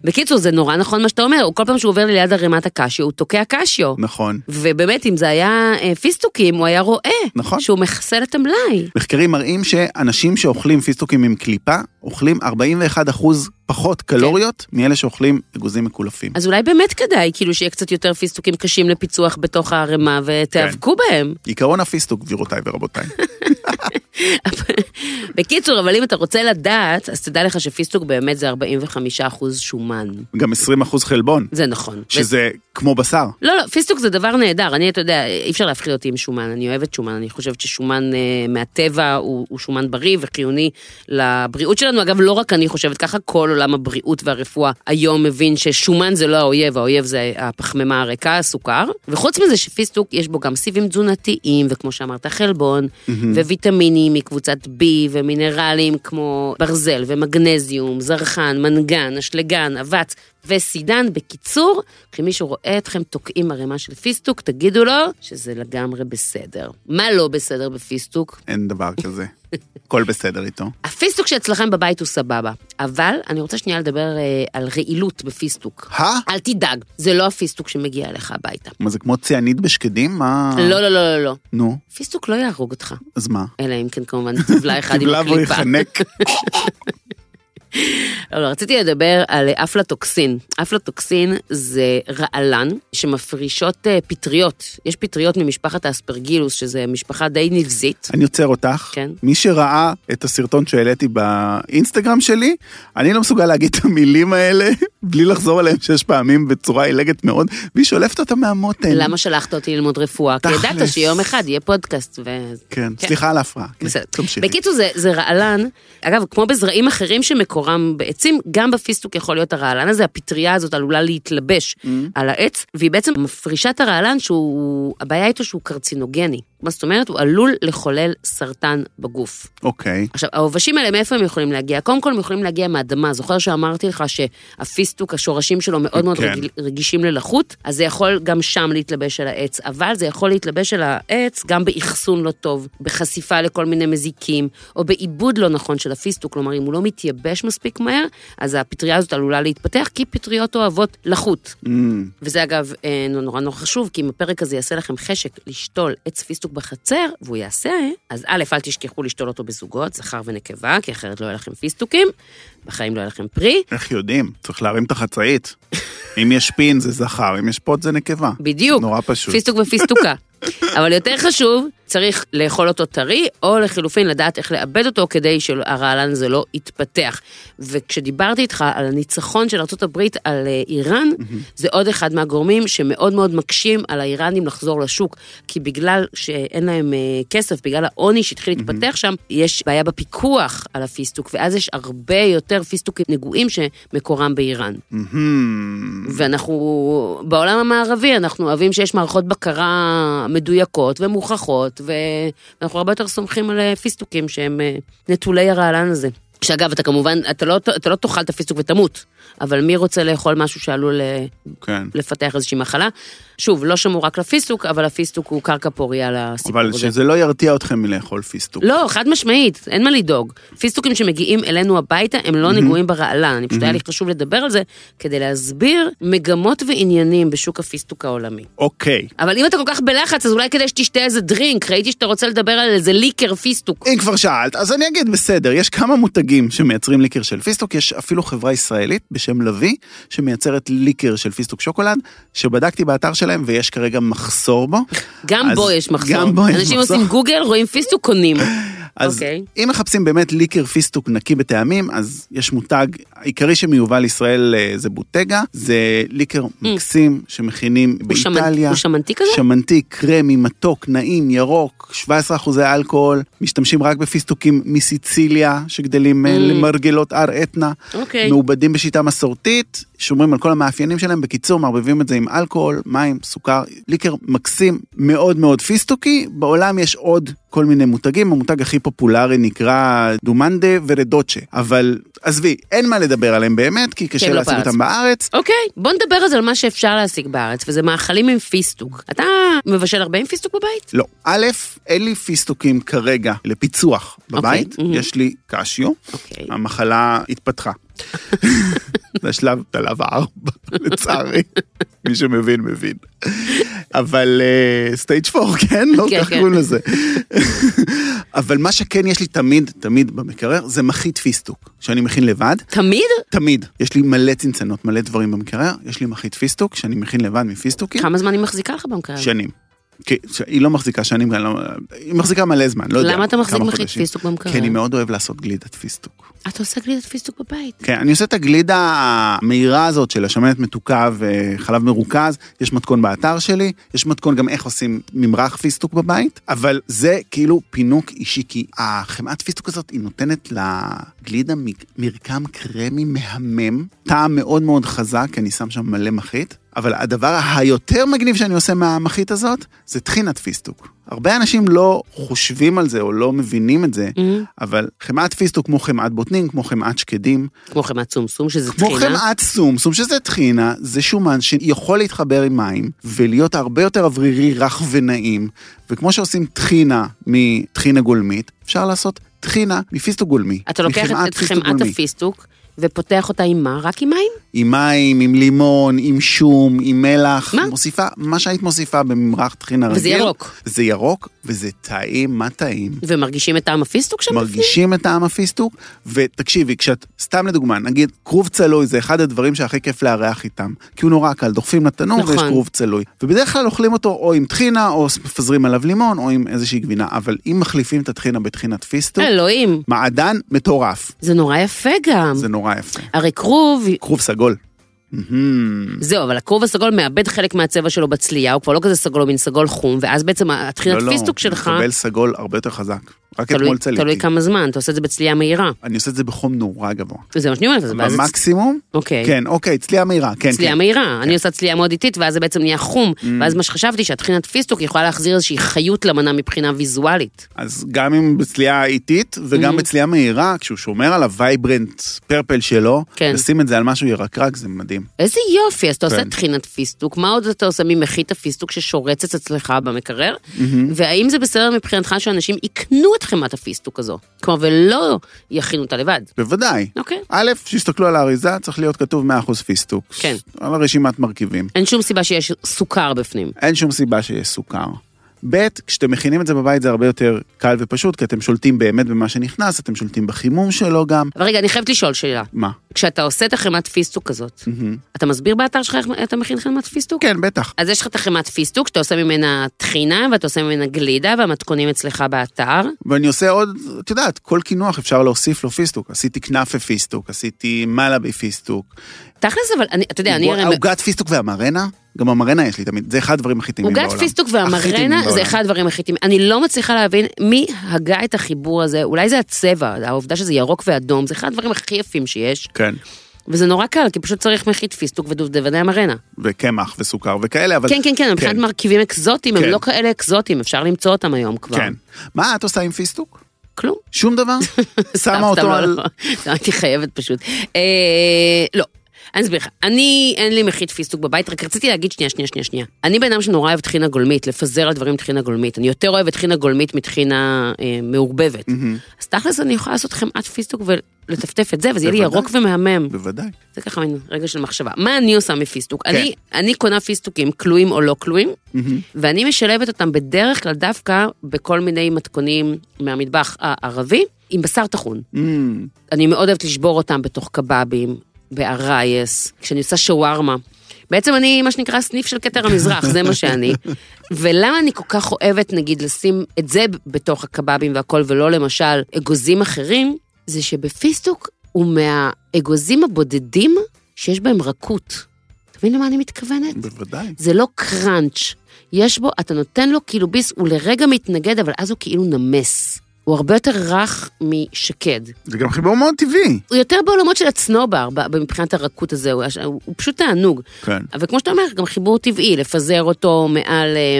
בקיצור, זה נורא נכון מה שאתה אומר, הוא- כל פעם שהוא עובר לי ליד ערימת הקשיו, הוא תוקע קשיו.
נכון.
ובאמת, אם זה היה אה, פיסטוקים, הוא היה רואה
נכון.
שהוא מחסל את המלאי.
מחקרים מראים שאנשים שאוכלים פיסטוקים עם קליפה, אוכלים 41% פחות קלוריות מאלה שאוכלים אגוזים מקולפים.
כן. אז אולי באמת כדאי, כאילו, שיהיה קצת יותר פיסטוקים קשים לפיצוח בתוך הערימה, ותיאבקו בהם.
עיקרון הפיסטוק, גבירותיי ורבותיי.
בקיצור, אבל אם אתה רוצה לדעת, אז תדע לך שפיסטוק באמת זה 45% שומן.
גם 20% חלבון,
זה נכון.
שזה כמו בשר.
לא, לא, פיסטוק זה דבר נהדר. אני, אתה יודע, אי אפשר להפחיד אותי עם שומן. אני אוהבת שומן, אני חושבת ששומן אה, מהטבע הוא, הוא שומן בריא וחיוני לבריאות שלנו. אגב, לא רק אני חושבת ככה, כל עולם הבריאות והרפואה היום מבין ששומן זה לא האויב, האויב זה הפחמימה הריקה, הסוכר. וחוץ מזה שפיסטוק, יש בו גם סיבים תזונתיים, וכמו שאמרת, חלבון, וויטמינים מקבוצת B ומ... מינרלים כמו ברזל ומגנזיום, זרחן, מנגן, אשלגן, אבץ וסידן. בקיצור, כשמישהו רואה אתכם תוקעים ערימה של פיסטוק, תגידו לו שזה לגמרי בסדר. מה לא בסדר בפיסטוק?
אין דבר כזה. הכל בסדר איתו.
הפיסטוק שאצלכם בבית הוא סבבה, אבל אני רוצה שנייה לדבר אה, על רעילות בפיסטוק.
הא?
אל תדאג, זה לא הפיסטוק שמגיע אליך הביתה.
מה זה כמו ציאנית בשקדים? מה?
לא, לא, לא, לא, לא.
נו,
פיסטוק לא יהרוג אותך.
אז מה?
אלא אם כן כמובן תבלע אחד עם
תבלע והוא
הקליפה.
יחנק.
אבל רציתי לדבר על אפלטוקסין. אפלטוקסין זה רעלן שמפרישות אה, פטריות. יש פטריות ממשפחת האספרגילוס, שזה משפחה די נבזית.
אני עוצר אותך.
כן.
מי שראה את הסרטון שהעליתי באינסטגרם שלי, אני לא מסוגל להגיד את המילים האלה בלי לחזור עליהם שש פעמים בצורה עילגת מאוד, והיא שולפת אותם מהמותן.
למה שלחת אותי ללמוד רפואה? כי ידעת
תכלס.
שיום אחד יהיה פודקאסט ו...
כן,
כן.
סליחה על ההפרעה. כן,
בסדר.
תמשיכי.
בקיצור, זה, זה רעלן, אגב, כמו בזרעים אחרים שמקורם בעצים, גם בפיסטוק יכול להיות הרעלן הזה, הפטריה הזאת עלולה להתלבש
Mm.
על העץ, והיא בעצם מפרישה את הרעלן שהוא, הבעיה איתו שהוא קרצינוגני. מה זאת אומרת? הוא עלול לחולל סרטן בגוף.
אוקיי.
עכשיו, העובשים האלה, מאיפה הם יכולים להגיע? קודם כל, הם יכולים להגיע מהאדמה. זוכר שאמרתי לך שהפיסטוק, השורשים שלו מאוד מאוד
כן.
רגיל, רגישים ללחות? אז זה יכול גם שם להתלבש על העץ, אבל זה יכול להתלבש על העץ גם באחסון לא טוב, בחשיפה לכל מיני מזיקים, או בעיבוד לא נכון של הפיסטוק. כלומר, אם הוא לא מתייבש מספיק מהר, אז הפטריה הזאת עלולה להתפתח, כי פטריות אוהבות לחות.
אמ,
וזה אגב אה, נורא נורא חשוב, כי אם הפרק הזה יעשה לכם חשק לשתול עץ פיסטוק בחצר, והוא יעשה, אז א', אל תשכחו לשתול אותו בזוגות, זכר ונקבה, כי אחרת לא יהיה לכם פיסטוקים, בחיים לא יהיה לכם פרי.
איך יודעים? צריך להרים את החצאית. אם יש פין זה זכר, אם יש פוט זה נקבה.
בדיוק.
נורא פשוט.
פיסטוק ופיסטוקה. אבל יותר חשוב, צריך לאכול אותו טרי, או לחילופין לדעת איך לאבד אותו כדי שהרעלן הזה לא יתפתח. וכשדיברתי איתך על הניצחון של ארה"ב על אה, איראן, זה עוד אחד מהגורמים שמאוד מאוד מקשים על האיראנים לחזור לשוק, כי בגלל שאין להם אה, כסף, בגלל העוני שהתחיל להתפתח שם, יש בעיה בפיקוח על הפיסטוק, ואז יש הרבה יותר פיסטוקים נגועים שמקורם באיראן.
אמ,
ואנחנו, בעולם המערבי, אנחנו אוהבים שיש מערכות בקרה מדויקות ומוכחות, ואנחנו הרבה יותר סומכים על אה, פיסטוקים שהם אה, נטולי הרעלן הזה. שאגב, אתה כמובן, אתה לא, אתה לא תאכל את הפיסטוק ותמות, אבל מי רוצה לאכול משהו שעלול אה,
כן.
לפתח איזושהי מחלה? שוב, לא שמור רק לפיסטוק, אבל הפיסטוק הוא קרקע פוריה לסיפור
אבל
הזה.
שזה לא ירתיע אתכם מלאכול פיסטוק.
לא, חד משמעית, אין מה לדאוג. פיסטוקים שמגיעים אלינו הביתה, הם לא נגועים ברעלן. אני פשוט היה לי חשוב לדבר על זה, כדי להסביר מגמות ועניינים בשוק הפיסטוק העולמי.
אוקיי.
אבל אם אתה כל כך בלחץ, אז אולי כדאי שתשתה איזה דרינק, ראיתי שאתה רוצה לדבר על איזה ליקר פיסטוק.
אם כבר שאלת, אז אני אגיד, בסדר, יש כמה מותגים שמייצרים ליקר של פיסטוק, יש אפילו חברה ישראלית בשם לביא, שמייצרת ליקר של פיסטוק שוקולד, שבדקתי באתר שלהם ויש כרגע מחסור בו.
גם
אז-
בו יש מחסור.
גם בו יש
אנשים
מחסור.
עושים גוגל, רואים פיסטוק, קונים.
אז
אוקיי.
אם מחפשים באמת ליקר פיסטוק נקי בטעמים, אז יש מותג, העיקרי שמיובא לישראל אה, זה בוטגה, זה ליקר מקסים שמכינים
שמנ-
באיטליה.
Mm. הוא שמנתי כזה?
שמנתי, קרמי, מתוק, נעים, ירוק, 17 אחוזי אלכוהול, משתמשים רק בפיסטוקים מסיציליה, שגדלים אה, למרגלות הר אתנה,
Mm. אוקיי.
מעובדים בשיטה מסורתית, שומרים על כל המאפיינים שלהם, בקיצור, מערבבים את זה עם אלכוהול, מים, סוכר, ליקר מקסים, מאוד מאוד פיסטוקי, בעולם יש עוד כל מיני מותגים, המותג הכי פופולרי נקרא דומנדה ורדוצ'ה, אבל עזבי, אין מה לדבר עליהם באמת, כי קשה
לא
להשיג
בארץ.
אותם בארץ,
אוקיי, בוא נדבר אז על מה שאפשר להשיג בארץ, וזה מאכלים עם פיסטוק. אתה מבשל הרבה עם פיסטוק בבית?
לא. א', אין לי פיסטוקים כרגע לפיצוח בבית,
מהמם.
יש לי קשיו,
אוקיי.
המחלה התפתחה. זה השלב תלב הארבע, לצערי. מי שמבין, מבין. אבל סטייג' uh, 4, כן? לא
כן,
כך
כן.
קוראים לזה. אבל מה שכן יש לי תמיד, תמיד במקרר, זה מחית פיסטוק, שאני מכין לבד.
תמיד?
תמיד. יש לי מלא צנצנות, מלא דברים במקרר, יש לי מחית פיסטוק, שאני מכין לבד מפיסטוקים.
כמה זמן היא מחזיקה לך במקרר?
שנים. כי ש- היא לא מחזיקה שנים, אני לא- היא מחזיקה מלא זמן, לא יודע.
למה אתה מחזיק
כמה
מחית
חודשים. כן,
פיסטוק במקרר?
כי אני מאוד אוהב לעשות גלידת פיסטוק.
אתה עושה גלידת פיסטוק בבית.
כן, אני עושה את הגלידה המהירה הזאת של השמנת מתוקה וחלב מרוכז, יש מתכון באתר שלי, יש מתכון גם איך עושים ממרח פיסטוק בבית, אבל זה כאילו פינוק אישי, כי החמאת פיסטוק הזאת, היא נותנת לגלידה מ- מרקם קרמי מהמם, טעם מאוד מאוד חזק, כי אני שם שם מלא מחית. אבל הדבר היותר מגניב שאני עושה מהמחית הזאת, זה טחינת פיסטוק. הרבה אנשים לא חושבים על זה או לא מבינים את זה, אבל חמאת פיסטוק כמו חמאת בוטנים, כמו חמאת שקדים,
כמו חמת סומסום, שזה
כמו
טחינה.
חמאת סום, סום שזה טחינה, זה שומן שיכול להתחבר עם מים ולהיות הרבה יותר אוורירי, רך ונעים. וכמו שעושים טחינה מטחינה גולמית, אפשר לעשות טחינה מפיסטוק גולמי.
אתה לוקח
מחמאת
את
פיסטוק
חמאת
גולמי.
הפיסטוק, ופותח אותה עם מה? רק עם מים?
עם מים, עם לימון, עם שום, עם מלח.
מה?
מוסיפה, מה שהיית מוסיפה בממרח טחינה רגיל.
וזה ירוק.
זה ירוק, וזה טעים, מה טעים.
ומרגישים את טעם הפיסטוק שם?
מרגישים את טעם הפיסטוק, ותקשיבי, כשאת, סתם לדוגמה, נגיד כרוב צלוי זה אחד הדברים שהכי כיף לארח איתם, כי הוא נורא קל, דוחפים לתנור
נכון.
ויש כרוב צלוי. ובדרך כלל אוכלים אותו או עם טחינה, או מפזרים עליו לימון, או עם איזושהי גבינה, אבל אם מחליפים את הטחינה בטחינת פיסטוק,
אה. אלוהים,
מעדן מטורף,
זה נורא יפה גם.
זה Mm. נורא יפה.
הרי כרוב,
כרוב סגול. מהמם.
זהו, אבל הכרוב הסגול מאבד חלק מהצבע שלו בצלייה, הוא כבר לא כזה סגול, הוא מין סגול חום, ואז בעצם התחילת
לא, לא,
פיסטוק שלך,
מקבל סגול הרבה יותר חזק. רק
תלוי-
אתמול צליתי.
תלוי כמה זמן, אתה עושה את זה בצלייה מהירה.
אני עושה את זה בחום נורא גבוה.
זה מה שאני אומרת, אז ואז... זה-
במקסימום?
אוקיי.
כן, אוקיי, צליעה מהירה, כן,
צלייה
כן. Mm.
מהירה, אני עושה צלייה מאוד איטית, ואז זה בעצם נהיה חום. ואז מה שחשבתי, שהטחינת פיסטוק יכולה להחזיר איזושהי חיות למנה מבחינה ויזואלית.
אז גם אם בצליעה איטית
Mm-hmm.
וגם בצליעה מהירה, כשהוא שומר על הווייברנט פרפל שלו,
כן.
לשים את זה על משהו ירקרק זה מדהים.
איזה יופי, אז אתה עושה
כן.
טחינת פיסטוק, מה עוד אתה עושה ממחית הפיסטוק ששורצת אצלך במקרר?
Mm-hmm.
והאם זה בסדר מבחינתך שאנשים יקנו את חמת הפיסטוק הזו? כלומר, ולא יכינו אותה לבד.
בוודאי.
אוקיי.
א', שיסתכלו על האריזה, צריך להיות כתוב 100% פיסטוק.
כן.
על הרשימת מרכיבים.
אין שום סיבה שיש סוכר בפנים.
אין שום סיבה שיש סוכר. ב', כשאתם מכינים את זה בבית זה הרבה יותר קל ופשוט, כי אתם שולטים באמת במה שנכנס, אתם שולטים בחימום שלו גם.
אבל רגע, אני חייבת לשאול שאלה.
מה?
כשאתה עושה את החמת פיסטוק הזאת,
Mm-hmm.
אתה מסביר באתר שלך איך אתה מכין חמת פיסטוק?
כן, בטח.
אז יש לך את החמת פיסטוק, שאתה עושה ממנה טחינה, ואתה עושה ממנה גלידה, והמתכונים אצלך באתר.
ואני עושה עוד, את יודעת, כל קינוח אפשר להוסיף לו פיסטוק. עשיתי כנאפה פיסטוק, עשיתי מלאבי פיסטוק.
תכלס, אבל אני, אתה יודע, אני הרי...
עוגת פיסטוק והמרנה, גם המרנה יש לי תמיד, זה אחד הדברים הכי טעימים בעולם.
עוגת פיסטוק
הכי טעימים
והמרנה זה
בעולם.
אחד הדברים הכי טעימים. אני לא מצליחה להבין מי הגה את החיבור הזה, אולי זה הצבע, העובדה שזה ירוק ואדום, זה אחד הדברים הכי יפים שיש,
כן,
וזה נורא קל, כי פשוט צריך מחית פיסטוק ודובדבני המרנה.
וקמח וסוכר וכאלה, אבל...
כן, כן, כן, מבחינת מרכיבים אקזוטיים, הם
כן.
לא כאלה אקזוטיים, אפשר למצוא אותם היום כבר.
כן. מה את עושה עם פיסטוק?
כלום.
שום דבר?
סתם,
שמה אותו
סתם,
על...
לא, לא, הייתי חייבת פשוט. אה, לא. אני אסביר לך, אני, אין לי מחית פיסטוק בבית, רק רציתי להגיד שנייה, שנייה, שנייה, שנייה. אני בן אדם שנורא אוהב טחינה גולמית, לפזר על דברים טחינה גולמית. אני יותר אוהבת טחינה גולמית מטחינה אה, מעורבבת. אז תכלס אני יכולה לעשות חמאת פיסטוק ולטפטף את זה, וזה יהיה לי
בוודאי.
ירוק ומהמם.
בוודאי.
זה ככה מין רגע של מחשבה. מה אני עושה מפיסטוק?
כן.
אני, אני קונה פיסטוקים, כלואים או לא כלואים, ואני משלבת אותם בדרך כלל דווקא בכל מיני מתכונים מהמטבח הערבי, עם בשר טחון.
אמ,
אני מאוד אוהבת לשבור אותם בתוך קבבים, בארייס, כשאני עושה שווארמה. בעצם אני, מה שנקרא, סניף של כתר המזרח, זה מה שאני. ולמה אני כל כך אוהבת, נגיד, לשים את זה בתוך הקבבים והכל, ולא למשל אגוזים אחרים, זה שבפיסטוק הוא מהאגוזים הבודדים שיש בהם רכות. אתה מבין למה אני מתכוונת?
בוודאי.
זה לא קראנץ'. יש בו, אתה נותן לו כאילו ביס, הוא לרגע מתנגד, אבל אז הוא כאילו נמס. הוא הרבה יותר רך משקד.
זה גם חיבור מאוד טבעי.
הוא יותר בעולמות של הצנובר, ב- מבחינת הרכות הזה, הוא, הוא, הוא פשוט תענוג.
כן.
וכמו שאתה אומר, גם חיבור טבעי, לפזר אותו מעל אה,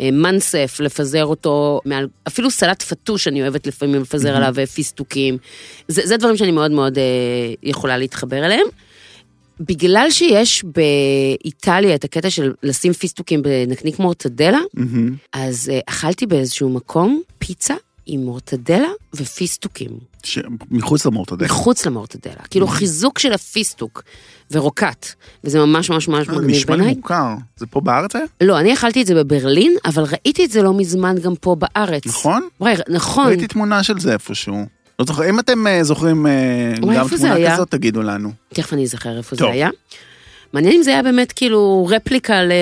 אה, מנסף, לפזר אותו מעל, אפילו סלט פטוש אני אוהבת לפעמים לפזר עליו אה, פיסטוקים. זה, זה דברים שאני מאוד מאוד אה, יכולה להתחבר אליהם. בגלל שיש באיטליה את הקטע של לשים פיסטוקים בנקניק מורטדלה,
מהמם.
אז אה, אכלתי באיזשהו מקום פיצה עם מורטדלה ופיסטוקים.
ש- מחוץ למורטדל.
מחוץ למורטדלה. כאילו
Mm-hmm.
חיזוק של הפיסטוק ורוקט, וזה ממש ממש ממש
אה,
מגניב
נשמע לי
בעיניי.
מוכר. זה פה בארץ היה?
לא, אני אכלתי את זה בברלין, אבל ראיתי את זה לא מזמן גם פה בארץ.
נכון?
וואי, נכון.
ראיתי תמונה של זה איפשהו. לא זוכר, אם אתם אה, זוכרים אה,
וואי,
גם
איפה זה
תמונה
היה?
כזאת, תגידו לנו.
תכף אני אזכר איפה זה
טוב.
היה. מעניין אם זה היה באמת כאילו רפליקה ל...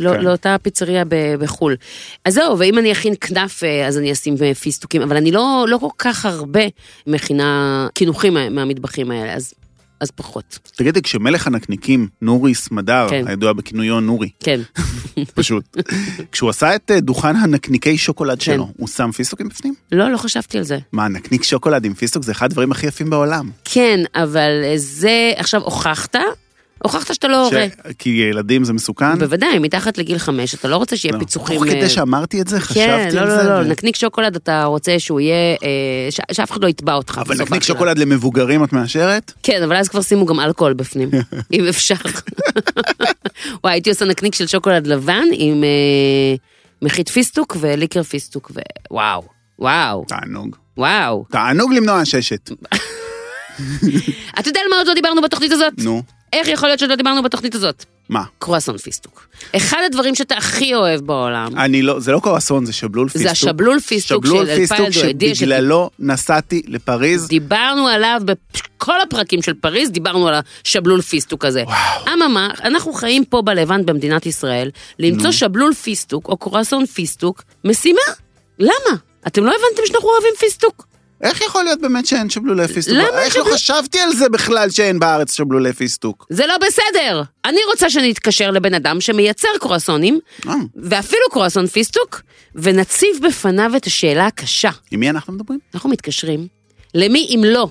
לא,
כן.
לאותה פיצריה ב... בחו"ל. אז זהו, ואם אני אכין כנף, אה, אז אני אשים אה, פיסטוקים, אבל אני לא, לא כל כך הרבה מכינה קינוחים מה- מהמטבחים האלה, אז, אז פחות.
תגידי, כשמלך הנקניקים, נורי סמדר,
כן.
הידוע בכינויו נורי,
כן.
פשוט, כשהוא עשה את אה, דוכן הנקניקי
כן.
שוקולד שלו, הוא שם פיסטוקים בפנים?
לא, לא חשבתי על זה.
מה, נקניק שוקולד עם פיסטוק זה אחד הדברים הכי יפים בעולם.
כן, אבל זה, עכשיו אה, הוכחת הוכחת שאתה לא הורה.
ש- כי ילדים זה מסוכן?
בוודאי, מתחת לגיל חמש, אתה לא רוצה שיהיה
לא.
פיצוחים...
תוך
אה,
כדי שאמרתי את זה,
כן,
חשבתי
לא,
על
לא,
זה.
לא,
ו-
נקניק שוקולד אתה רוצה שהוא יהיה, אה, ש- שאף אחד לא יתבע אותך.
אבל
בסוף
נקניק
האכילה.
שוקולד למבוגרים את מאשרת?
כן, אבל אז כבר שימו גם אלכוהול בפנים, אם אפשר. וואי, הייתי עושה נקניק של שוקולד לבן עם אה, מחית פיסטוק וליקר פיסטוק, ווואו, וואו,
תענוג.
וואו.
תענוג למנוע עששת.
אתה יודע על מה עוד לא דיברנו בתוכנית הזאת?
נו,
איך יכול להיות שעוד לא דיברנו בתוכנית הזאת?
מה?
קרואסון פיסטוק. אחד הדברים שאתה הכי אוהב בעולם.
אני לא, זה לא קרואסון, זה שבלול פיסטוק.
השבלול פיסטוק
שבלול
של
פיסטוק
אלפלדו, הדיש את-
שבגללו נסעתי לפריז.
דיברנו עליו בכל הפרקים של פריז, דיברנו על השבלול פיסטוק הזה.
וואו.
אממה, אנחנו חיים פה בלבנט במדינת ישראל, למצוא שבלול פיסטוק או קורסון פיסטוק, משימה. למה? אתם לא הבנתם שאנחנו אוהבים פיסטוק?
איך יכול להיות באמת שאין שבלולי פיסטוק?
למה
איך לא
שבלול-
חשבתי על זה בכלל שאין בארץ שבלולי פיסטוק?
זה לא בסדר. אני רוצה שנתקשר לבן אדם שמייצר קורסונים,
אה,
ואפילו קורסון פיסטוק, ונציב בפניו את השאלה הקשה.
עם מי אנחנו מדברים?
אנחנו מתקשרים. למי אם לא?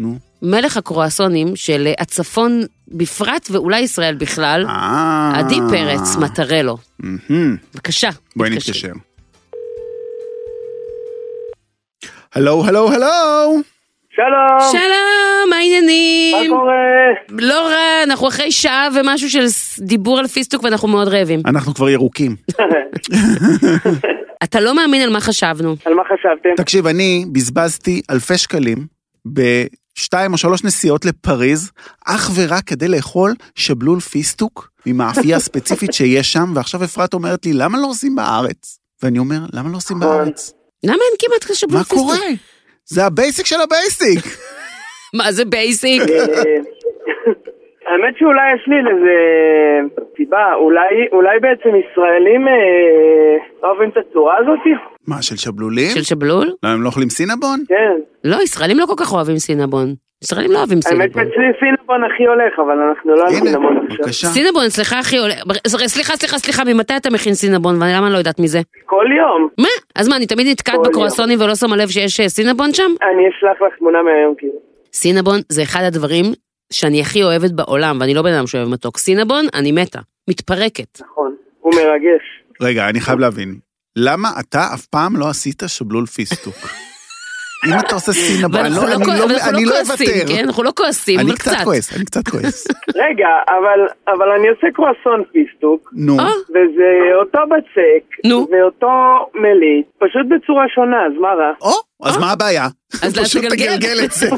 נו.
מלך הקרואסונים של הצפון בפרט ואולי ישראל בכלל,
אה...
עדי פרץ, מטרלו.
מהמם.
בבקשה.
בואי
תתקשרי.
נתקשר. הלו, הלו, הלו!
שלום,
שלום, מה
מה
העניינים?
קורה?
לא רע, אנחנו אחרי שעה ומשהו של ס- דיבור על פיסטוק ואנחנו מאוד רעבים.
אנחנו כבר ירוקים.
אתה לא מאמין על מה חשבנו.
על מה חשבתם?
תקשיב, אני בזבזתי אלפי שקלים בשתיים או שלוש נסיעות לפריז, אך ורק כדי לאכול שבלול פיסטוק עם האפייה הספציפית שיש שם, ועכשיו אפרת אומרת לי, למה לא עושים בארץ? ואני אומר, למה לא עושים
נכון.
בארץ?
למה אין כמעט כזה שבלול
מה
פיסטוק?
קורה? זה הבייסיק של הבייסיק.
מה זה בייסיק?
אה, האמת שאולי יש לי לזה סיבה, אולי, אולי בעצם ישראלים אה, לא אוהבים את הצורה הזאתי?
מה, של שבלולים?
של שבלול?
למה הם לא אוכלים סינבון?
כן,
לא, ישראלים לא כל כך אוהבים סינבון. ישראלים לא אוהבים
האמת
סינבון.
שאצלי סינבון הכי הולך, אבל אנחנו לא
נכון. הנה,
הולכים המון עכשיו.
בבקשה.
אה, סינבון, סליחה אחי, עולה- סליחה, סליחה, סליחה, ממתי אתה מכין סינבון? ולמה אני לא יודעת מזה?
כל יום.
מה? אז מה, אני תמיד נתקעת
כל יום.
בקרואסונים ולא שמה לב שיש אה, סינבון שם?
אני אשלח לך תמונה מהיום כאילו.
סינבון זה אחד הדברים שאני הכי אוהבת בעולם, ואני לא בן אדם שאוהב מתוק. סינבון, אני מתה. מתפרקת.
נכון. הוא מרגש.
רגע, אני חייב להבין. למה אתה אף פעם לא עשית שבלול פיסטוק? אם אתה עושה סינבון, אני
ואנחנו
לא- אני
כוע-
לא-
ואנחנו
אני לא
כועסים,
אוותר.
כן? אנחנו לא כועסים,
אני
אבל
קצת
קצת.
כועס, אני קצת כועס.
רגע, אבל, אבל אני עושה קרואסון פיסטוק,
נו,
אה,
וזה אותו בצק,
נו.
ואותו מליט, פשוט בצורה שונה, אז מה רע?
או, אז מה הבעיה?
אז
פשוט
תגלגל.
תגלגל את זה.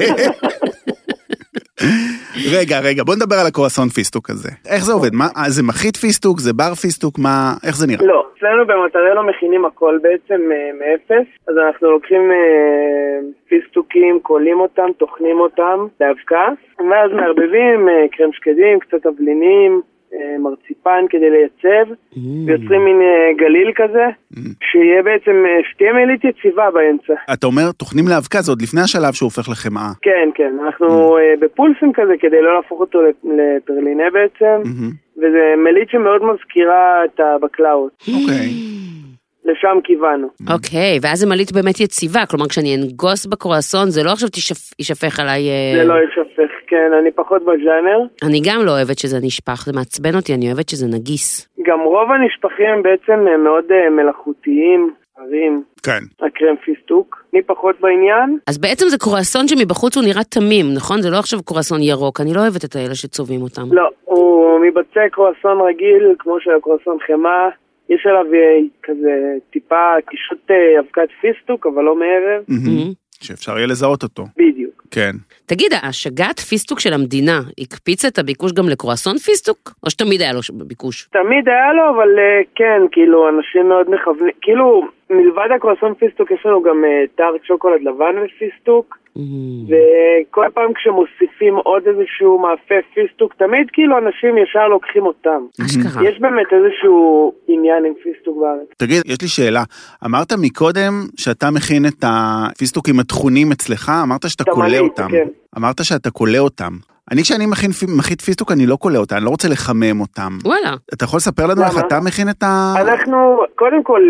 רגע, רגע, בוא נדבר על הקרואסון פיסטוק הזה. איך זה עובד? מה, אה, זה מחית פיסטוק? זה בר פיסטוק? מה, איך זה נראה?
לא, אצלנו במטרלו מכינים הכל בעצם אה, מאפס, אז אנחנו לוקחים אה, פיסטוקים, קולים אותם, טוחנים אותם לאבקה, ואז מערבבים אה, קרם שקדים, קצת תבלינים, אה, מרציפן כדי לייצב, ויוצרים מין אה, גליל כזה, שיהיה בעצם, אה, שתהיה מילית יציבה באמצע.
לא.
אתה אומר, טוחנים לאבקה, זה עוד לפני השלב שהוא הופך לחמאה.
כן, כן, אנחנו אה, בפולסים כזה כדי לא להפוך אותו לפ- לפרלינה בעצם,
מהמם.
וזה מלית שמאוד מזכירה את הבקלאות,
אוקיי.
לשם כיוונו.
אוקיי, ואז זה מלית באמת יציבה, כלומר כשאני אנגוס בקרואסון, זה לא עכשיו תישפ- יישפך עליי... אה,
זה לא ישפך, כן, אני פחות בז'אנר.
אני גם לא אוהבת שזה נשפך, זה מעצבן אותי, אני אוהבת שזה נגיס.
גם רוב הנשפכים הם בעצם אה, מאוד אה, מלאכותיים, הרים,
כן.
הקרם פיסטוק. אני פחות בעניין.
אז בעצם זה קרואסון שמבחוץ הוא נראה תמים, נכון? זה לא עכשיו קרואסון ירוק, אני לא אוהבת את האלה שצובעים אותם.
לא, הוא מבצע קרואסון רגיל, כמו של הקרואסון חמאה. יש עליו אה, כזה טיפה קישוט אה, אבקת פיסטוק, אבל לא מערב.
מהמם.
מהמם.
שאפשר יהיה לזהות אותו.
בדיוק.
כן.
תגיד, השגת פיסטוק של המדינה הקפיצה את הביקוש גם לקרואסון פיסטוק? או שתמיד היה לו ש- ביקוש?
תמיד היה לו, אבל אה, כן, כאילו, אנשים מאוד מכוונים, כאילו, מלבד הקרואסון פיסטוק, יש לנו גם אה, טארט שוקולד לבן ופיסטוק, וכל פעם כשמוסיפים עוד איזשהו מאפה פיסטוק, תמיד כאילו אנשים ישר לוקחים אותם.
אה, אשכרה.
יש באמת איזשהו עניין עם פיסטוק בארץ.
תגיד, יש לי שאלה. אמרת מקודם שאתה מכין את הפיסטוקים הטחונים אצלך, אמרת שאתה
את
כולה
המלית,
אותם.
כן.
אמרת שאתה כולה אותם. אני, כשאני מכין פי- מחית פיסטוק, אני לא קולע אותה, אני לא רוצה לחמם אותם.
וואלה.
אתה יכול לספר לנו
למה? לא-
איך אתה מכין את ה...
אנחנו, קודם כל,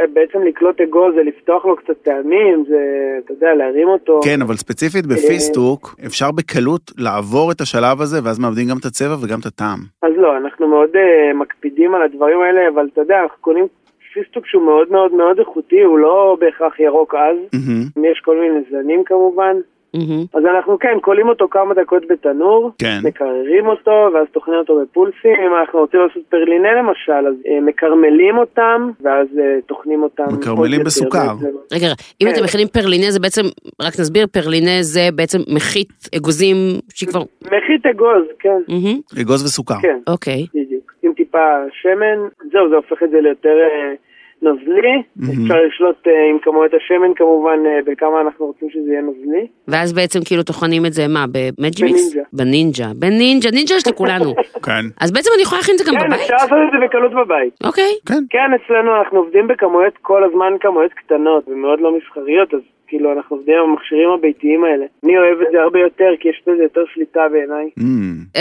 אה, בעצם לקלוט אגוז זה לפתוח לו קצת טעמים, זה, אתה יודע, להרים אותו.
כן, אבל ספציפית
אה,
בפיסטוק, אפשר בקלות לעבור את השלב הזה, ואז מאבדים גם את הצבע וגם את הטעם.
אז לא, אנחנו מאוד אה, מקפידים על הדברים האלה, אבל אתה יודע, אנחנו קונים פיסטוק שהוא מאוד מאוד מאוד איכותי, הוא לא בהכרח ירוק עז,
מהמם.
יש כל מיני זנים כמובן.
מהמם.
אז אנחנו כן, כולים אותו כמה דקות בתנור,
כן.
מקררים אותו, ואז טוחנים אותו בפולסים. אם אנחנו רוצים לעשות פרלינה למשל, אז אה, מקרמלים אותם, ואז אה, טוחנים אותם. עוד
מקרמלים
יותר,
בסוכר.
בעצם.
רגע, אם
כן.
אתם מכינים פרלינה, זה בעצם, רק נסביר, פרלינה זה בעצם מחית אגוזים שהיא כבר...
מחית אגוז, כן,
מהמם.
אגוז וסוכר.
כן,
אוקיי.
בדיוק. עם טיפה שמן, זהו, זה הופך את זה ליותר אה, נוזלי.
מהמם.
אפשר לשלוט אה, עם כמויות השמן כמובן, אה, בכמה אנחנו רוצים שזה יהיה נוזלי.
ואז בעצם כאילו טוחנים את זה, מה, במג' מיקס?
בנינג'ה.
בנינג'ה. בנינג'ה, נינג'ה יש לכולנו.
כן.
אז בעצם אני יכולה להכין את זה גם
כן,
בבית?
אפשר לעשות את זה בקלות בבית.
אוקיי.
כן.
כן, אצלנו אנחנו עובדים בכמויות כל הזמן, כמויות קטנות ומאוד לא מסחריות, אז כאילו אנחנו עובדים עם המכשירים הביתיים האלה. אני אוהב את זה הרבה יותר, כי יש בזה יותר שליטה בעיניי.
Mm.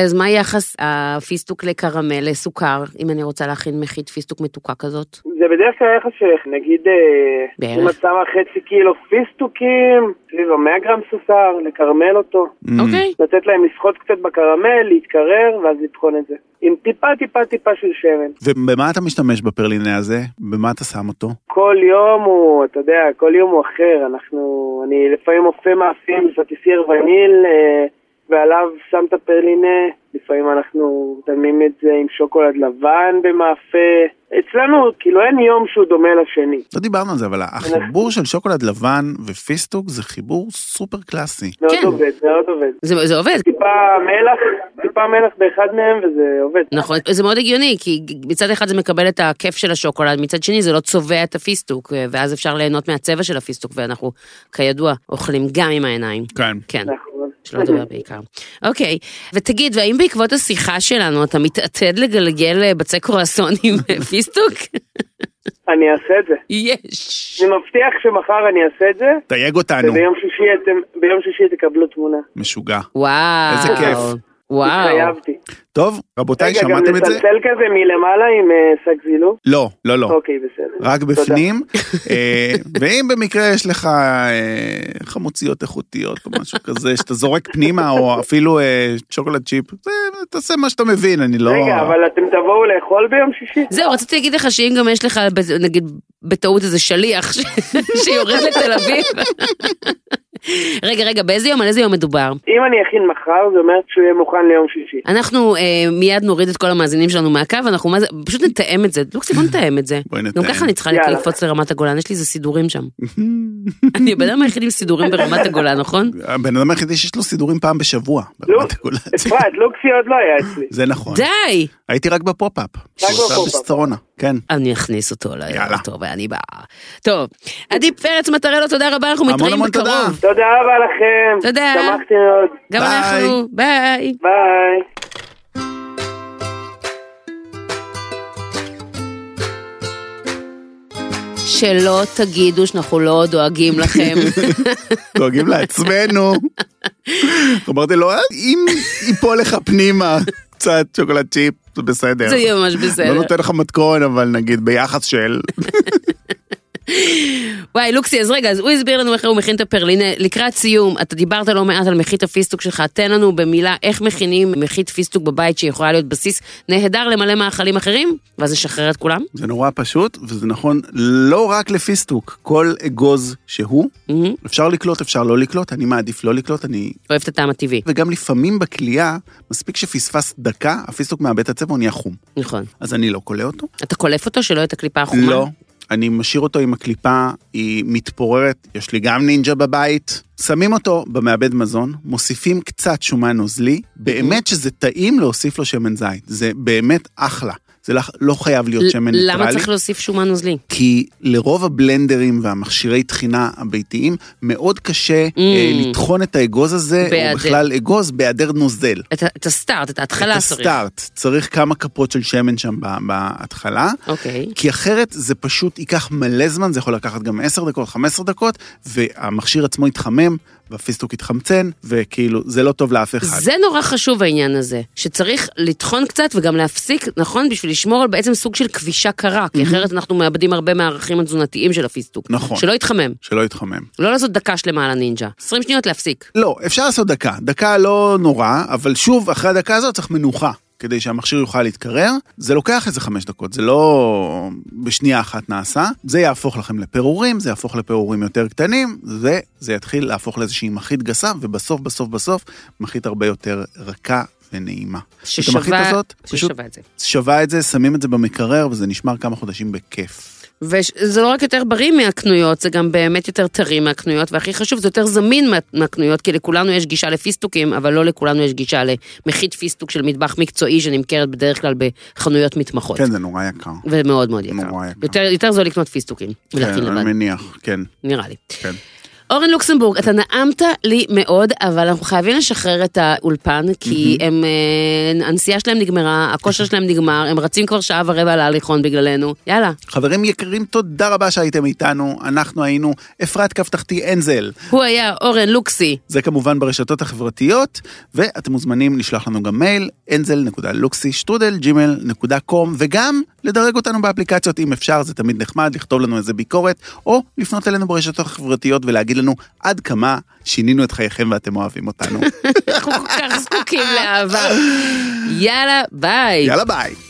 אז מה יחס הפיסטוק לקרמל, לסוכר, אם אני רוצה להכין מחית פיסטוק מתוקה כזאת?
זה בדרך כלל יחס שנגיד, אה,
בערך.
אם את שמה חצי קילו פיסטוקים, סביב המאה גרם סוכר, לקרמל אותו.
Mm.
אוקיי.
לתת להם לשחות קצת בקרמל, להתקרר, ואז לטחון את זה. עם טיפה טיפה טיפה של שמן.
ובמה אתה משתמש בפרלינה הזה? במה אתה שם אותו?
כל יום הוא, אתה יודע, כל יום הוא אחר. אנחנו, אני לפעמים אופה מאפים, סטיסיר וניל, אה, ועליו שם את הפרלינה. לפעמים אנחנו מדמים את זה עם שוקולד לבן במאפה. אצלנו, כאילו, אין יום שהוא דומה לשני.
לא דיברנו על זה, אבל החיבור
נכון.
של שוקולד לבן ופיסטוק זה חיבור סופר קלאסי.
מאוד
כן.
עובד, מאוד עובד.
זה, זה עובד,
טיפה מלח, טיפה מלח באחד מהם, וזה עובד.
נכון, זה מאוד הגיוני, כי מצד אחד זה מקבל את הכיף של השוקולד, מצד שני זה לא צובע את הפיסטוק, אה, ואז אפשר ליהנות מהצבע של הפיסטוק, ואנחנו כידוע אוכלים גם עם העיניים.
כן.
כן,
נכון.
שלא לדבר בעיקר. אוקיי, ותגיד, והאם בעקבות השיחה שלנו אתה מתעתד לגלגל בצק קרואסון עם אה, פיסטוק?
אני אעשה את זה.
יש.
אני מבטיח שמחר אני אעשה את זה.
תייג אותנו.
וביום שישי אתם, ביום שישי תקבלו תמונה.
משוגע.
וואו.
איזה כיף.
וואו.
התחייבתי.
טוב, רבותיי,
רגע, גם
שמעתם את זה?
לצלצל כזה מלמעלה עם אה, שק זילוף?
לא, לא, לא.
אוקיי, בסדר.
רק
תודה.
בפנים. אה, ואם במקרה יש לך אה, חמוציות איכותיות או משהו כזה, שאתה זורק פנימה, או אפילו אה, שוקולד צ'יפ, זה- תעשה מה שאתה מבין, אני לא...
רגע, אבל אתם תבואו לאכול ביום שישי?
זהו, רציתי להגיד לך שאם גם יש לך, ב- נגיד, בטעות איזה שליח ש- שיורד לתל אביב. רגע, רגע, באיזה יום, על איזה יום מדובר?
אם אני אכין מחר, זה אומר שהוא יהיה מוכן ליום שישי.
אנחנו אה, מיד נוריד את כל המאזינים שלנו מהקו, אנחנו מה זה, פשוט נתאם את זה. לוקסי, בוא נתאם את זה.
בואי נתאם.
גם ככה אני צריכה
יאללה.
לקפוץ לרמת הגולן, יש לי איזה סידורים שם. אני הבן אדם היחיד עם סידורים ברמת הגולן, נכון?
הבן אדם היחידי שיש לו סידורים פעם בשבוע.
נו,
ברמת הגולן.
לא. אפרת, לוקסי עוד לא היה אצלי.
זה נכון.
די!
הייתי רק בפופ-אפ. שהוא עשה
בפופ-אפ.
בשרונה. כן.
אני אכניס אותו
יאללה.
לאוטו ואני באה. טוב, עדי פרץ מטרלו, תודה רבה, אנחנו
המון
מתראים
המון תודה.
בקרוב.
תודה רבה לכם.
תודה.
שמחתי מאוד.
גם
ביי.
אנחנו, ביי.
ביי.
שלא תגידו שאנחנו לא דואגים לכם.
דואגים לעצמנו. אמרתי לו, "אה, אם ייפול לך פנימה קצת שוקולד צ'יפ, זה בסדר.
זה יהיה ממש
לא
בסדר.
נותן לך מתכון, אבל נגיד ביחס של...
וואי, לוקסי, אז רגע, אז הוא הסביר לנו איך הוא מכין את הפרלינה. לקראת סיום, אתה דיברת לא מעט על מחית הפיסטוק שלך, תן לנו במילה איך מכינים מחית פיסטוק בבית שיכולה להיות בסיס נהדר למלא מאכלים אחרים, ואז נשחרר את כולם.
זה נורא פשוט, וזה נכון לא רק לפיסטוק, כל אגוז שהוא.
מהמם.
אפשר לקלוט, אפשר לא לקלוט, אני מעדיף לא לקלוט, אני...
אוהב את הטעם הטבעי.
וגם לפעמים בכלייה, מספיק שפספס דקה, הפיסטוק מאבד את הצבע, הוא נהיה חום.
נכון.
אז אני לא קולע אותו.
אתה קולף אותו שלא יהיה את הקליפה החומה?
לא. אני משאיר אותו עם הקליפה, היא מתפוררת, יש לי גם נינג'ה בבית. שמים אותו במעבד מזון, מוסיפים קצת שומן נוזלי, באמת
אוקיי.
שזה טעים להוסיף לו שמן זית, זה באמת אחלה. זה לא- לא חייב להיות שמן
ל-
ניטרלי.
למה צריך להוסיף שומן נוזלי?
כי לרוב הבלנדרים והמכשירי טחינה הביתיים, מאוד קשה mm. אה, לטחון את האגוז הזה,
בהיעדר.
או בכלל אגוז, בהיעדר נוזל.
את ה- את הסטארט, את ההתחלה
את
צריך.
הסטארט, צריך כמה כפות של שמן שם ב- בהתחלה.
אוקיי.
כי אחרת זה פשוט ייקח מלא זמן, זה יכול לקחת גם 10 דקות, 15 דקות, והמכשיר עצמו יתחמם, והפיסטוק התחמצן, וכאילו, זה לא טוב לאף אחד.
זה נורא חשוב העניין הזה, שצריך לטחון קצת וגם להפסיק, נכון? בשביל לשמור על בעצם סוג של כבישה קרה, כי אחרת אנחנו מאבדים הרבה מהערכים התזונתיים של הפיסטוק.
נכון.
שלא יתחמם,
שלא יתחמם.
לא לעשות דקה שלמה על הנינג'ה. 20 שניות להפסיק.
לא, אפשר לעשות דקה. דקה לא נורא, אבל שוב, אחרי הדקה הזאת צריך מנוחה. כדי שהמכשיר יוכל להתקרר, זה לוקח איזה חמש דקות, זה לא בשנייה אחת נעשה. זה יהפוך לכם לפירורים, זה יהפוך לפירורים יותר קטנים, וזה יתחיל להפוך לאיזושהי מחית גסה, ובסוף, בסוף, בסוף, מחית הרבה יותר רכה ונעימה.
ששווה-
את המחית הזאת, פשוט
ששווה את זה.
שווה את זה, שמים את זה במקרר, וזה נשמר כמה חודשים בכיף.
וזה לא רק יותר בריא מהקנויות, זה גם באמת יותר טרי מהקנויות, והכי חשוב, זה יותר זמין מה- מהקנויות, כי לכולנו יש גישה לפיסטוקים, אבל לא לכולנו יש גישה למחית פיסטוק של מטבח מקצועי שנמכרת בדרך כלל בחנויות מתמחות.
כן, זה נורא יקר.
ומאוד מאוד יקר.
נורא יקר.
יותר, יותר זול לקנות פיסטוקים ולהכין
כן,
לבד,
אני מניח, כן,
נראה לי.
כן.
אורן לוקסמבורג, אתה נעמת לי מאוד, אבל אנחנו חייבים לשחרר את האולפן, כי הם, אה, הנסיעה שלהם נגמרה, הכושר שלהם נגמר, הם רצים כבר שעה ורבע על ההליכון בגללנו. יאללה,
חברים יקרים, תודה רבה שהייתם איתנו. אנחנו היינו אפרת כף תחתי אנזל.
הוא היה אורן לוקסי.
זה כמובן ברשתות החברתיות, ואתם מוזמנים לשלוח לנו גם מייל, anzel.luxy.strudel.gmail.com, וגם לדרג אותנו באפליקציות אם אפשר, זה תמיד נחמד, לכתוב לנו איזה ביקורת, או לפנות אלינו ברשתות החברתיות ולהגיד לנו עד כמה שינינו את חייכם ואתם אוהבים אותנו.
אנחנו כל כך זקוקים לאהבה. יאללה, ביי.
יאללה ביי.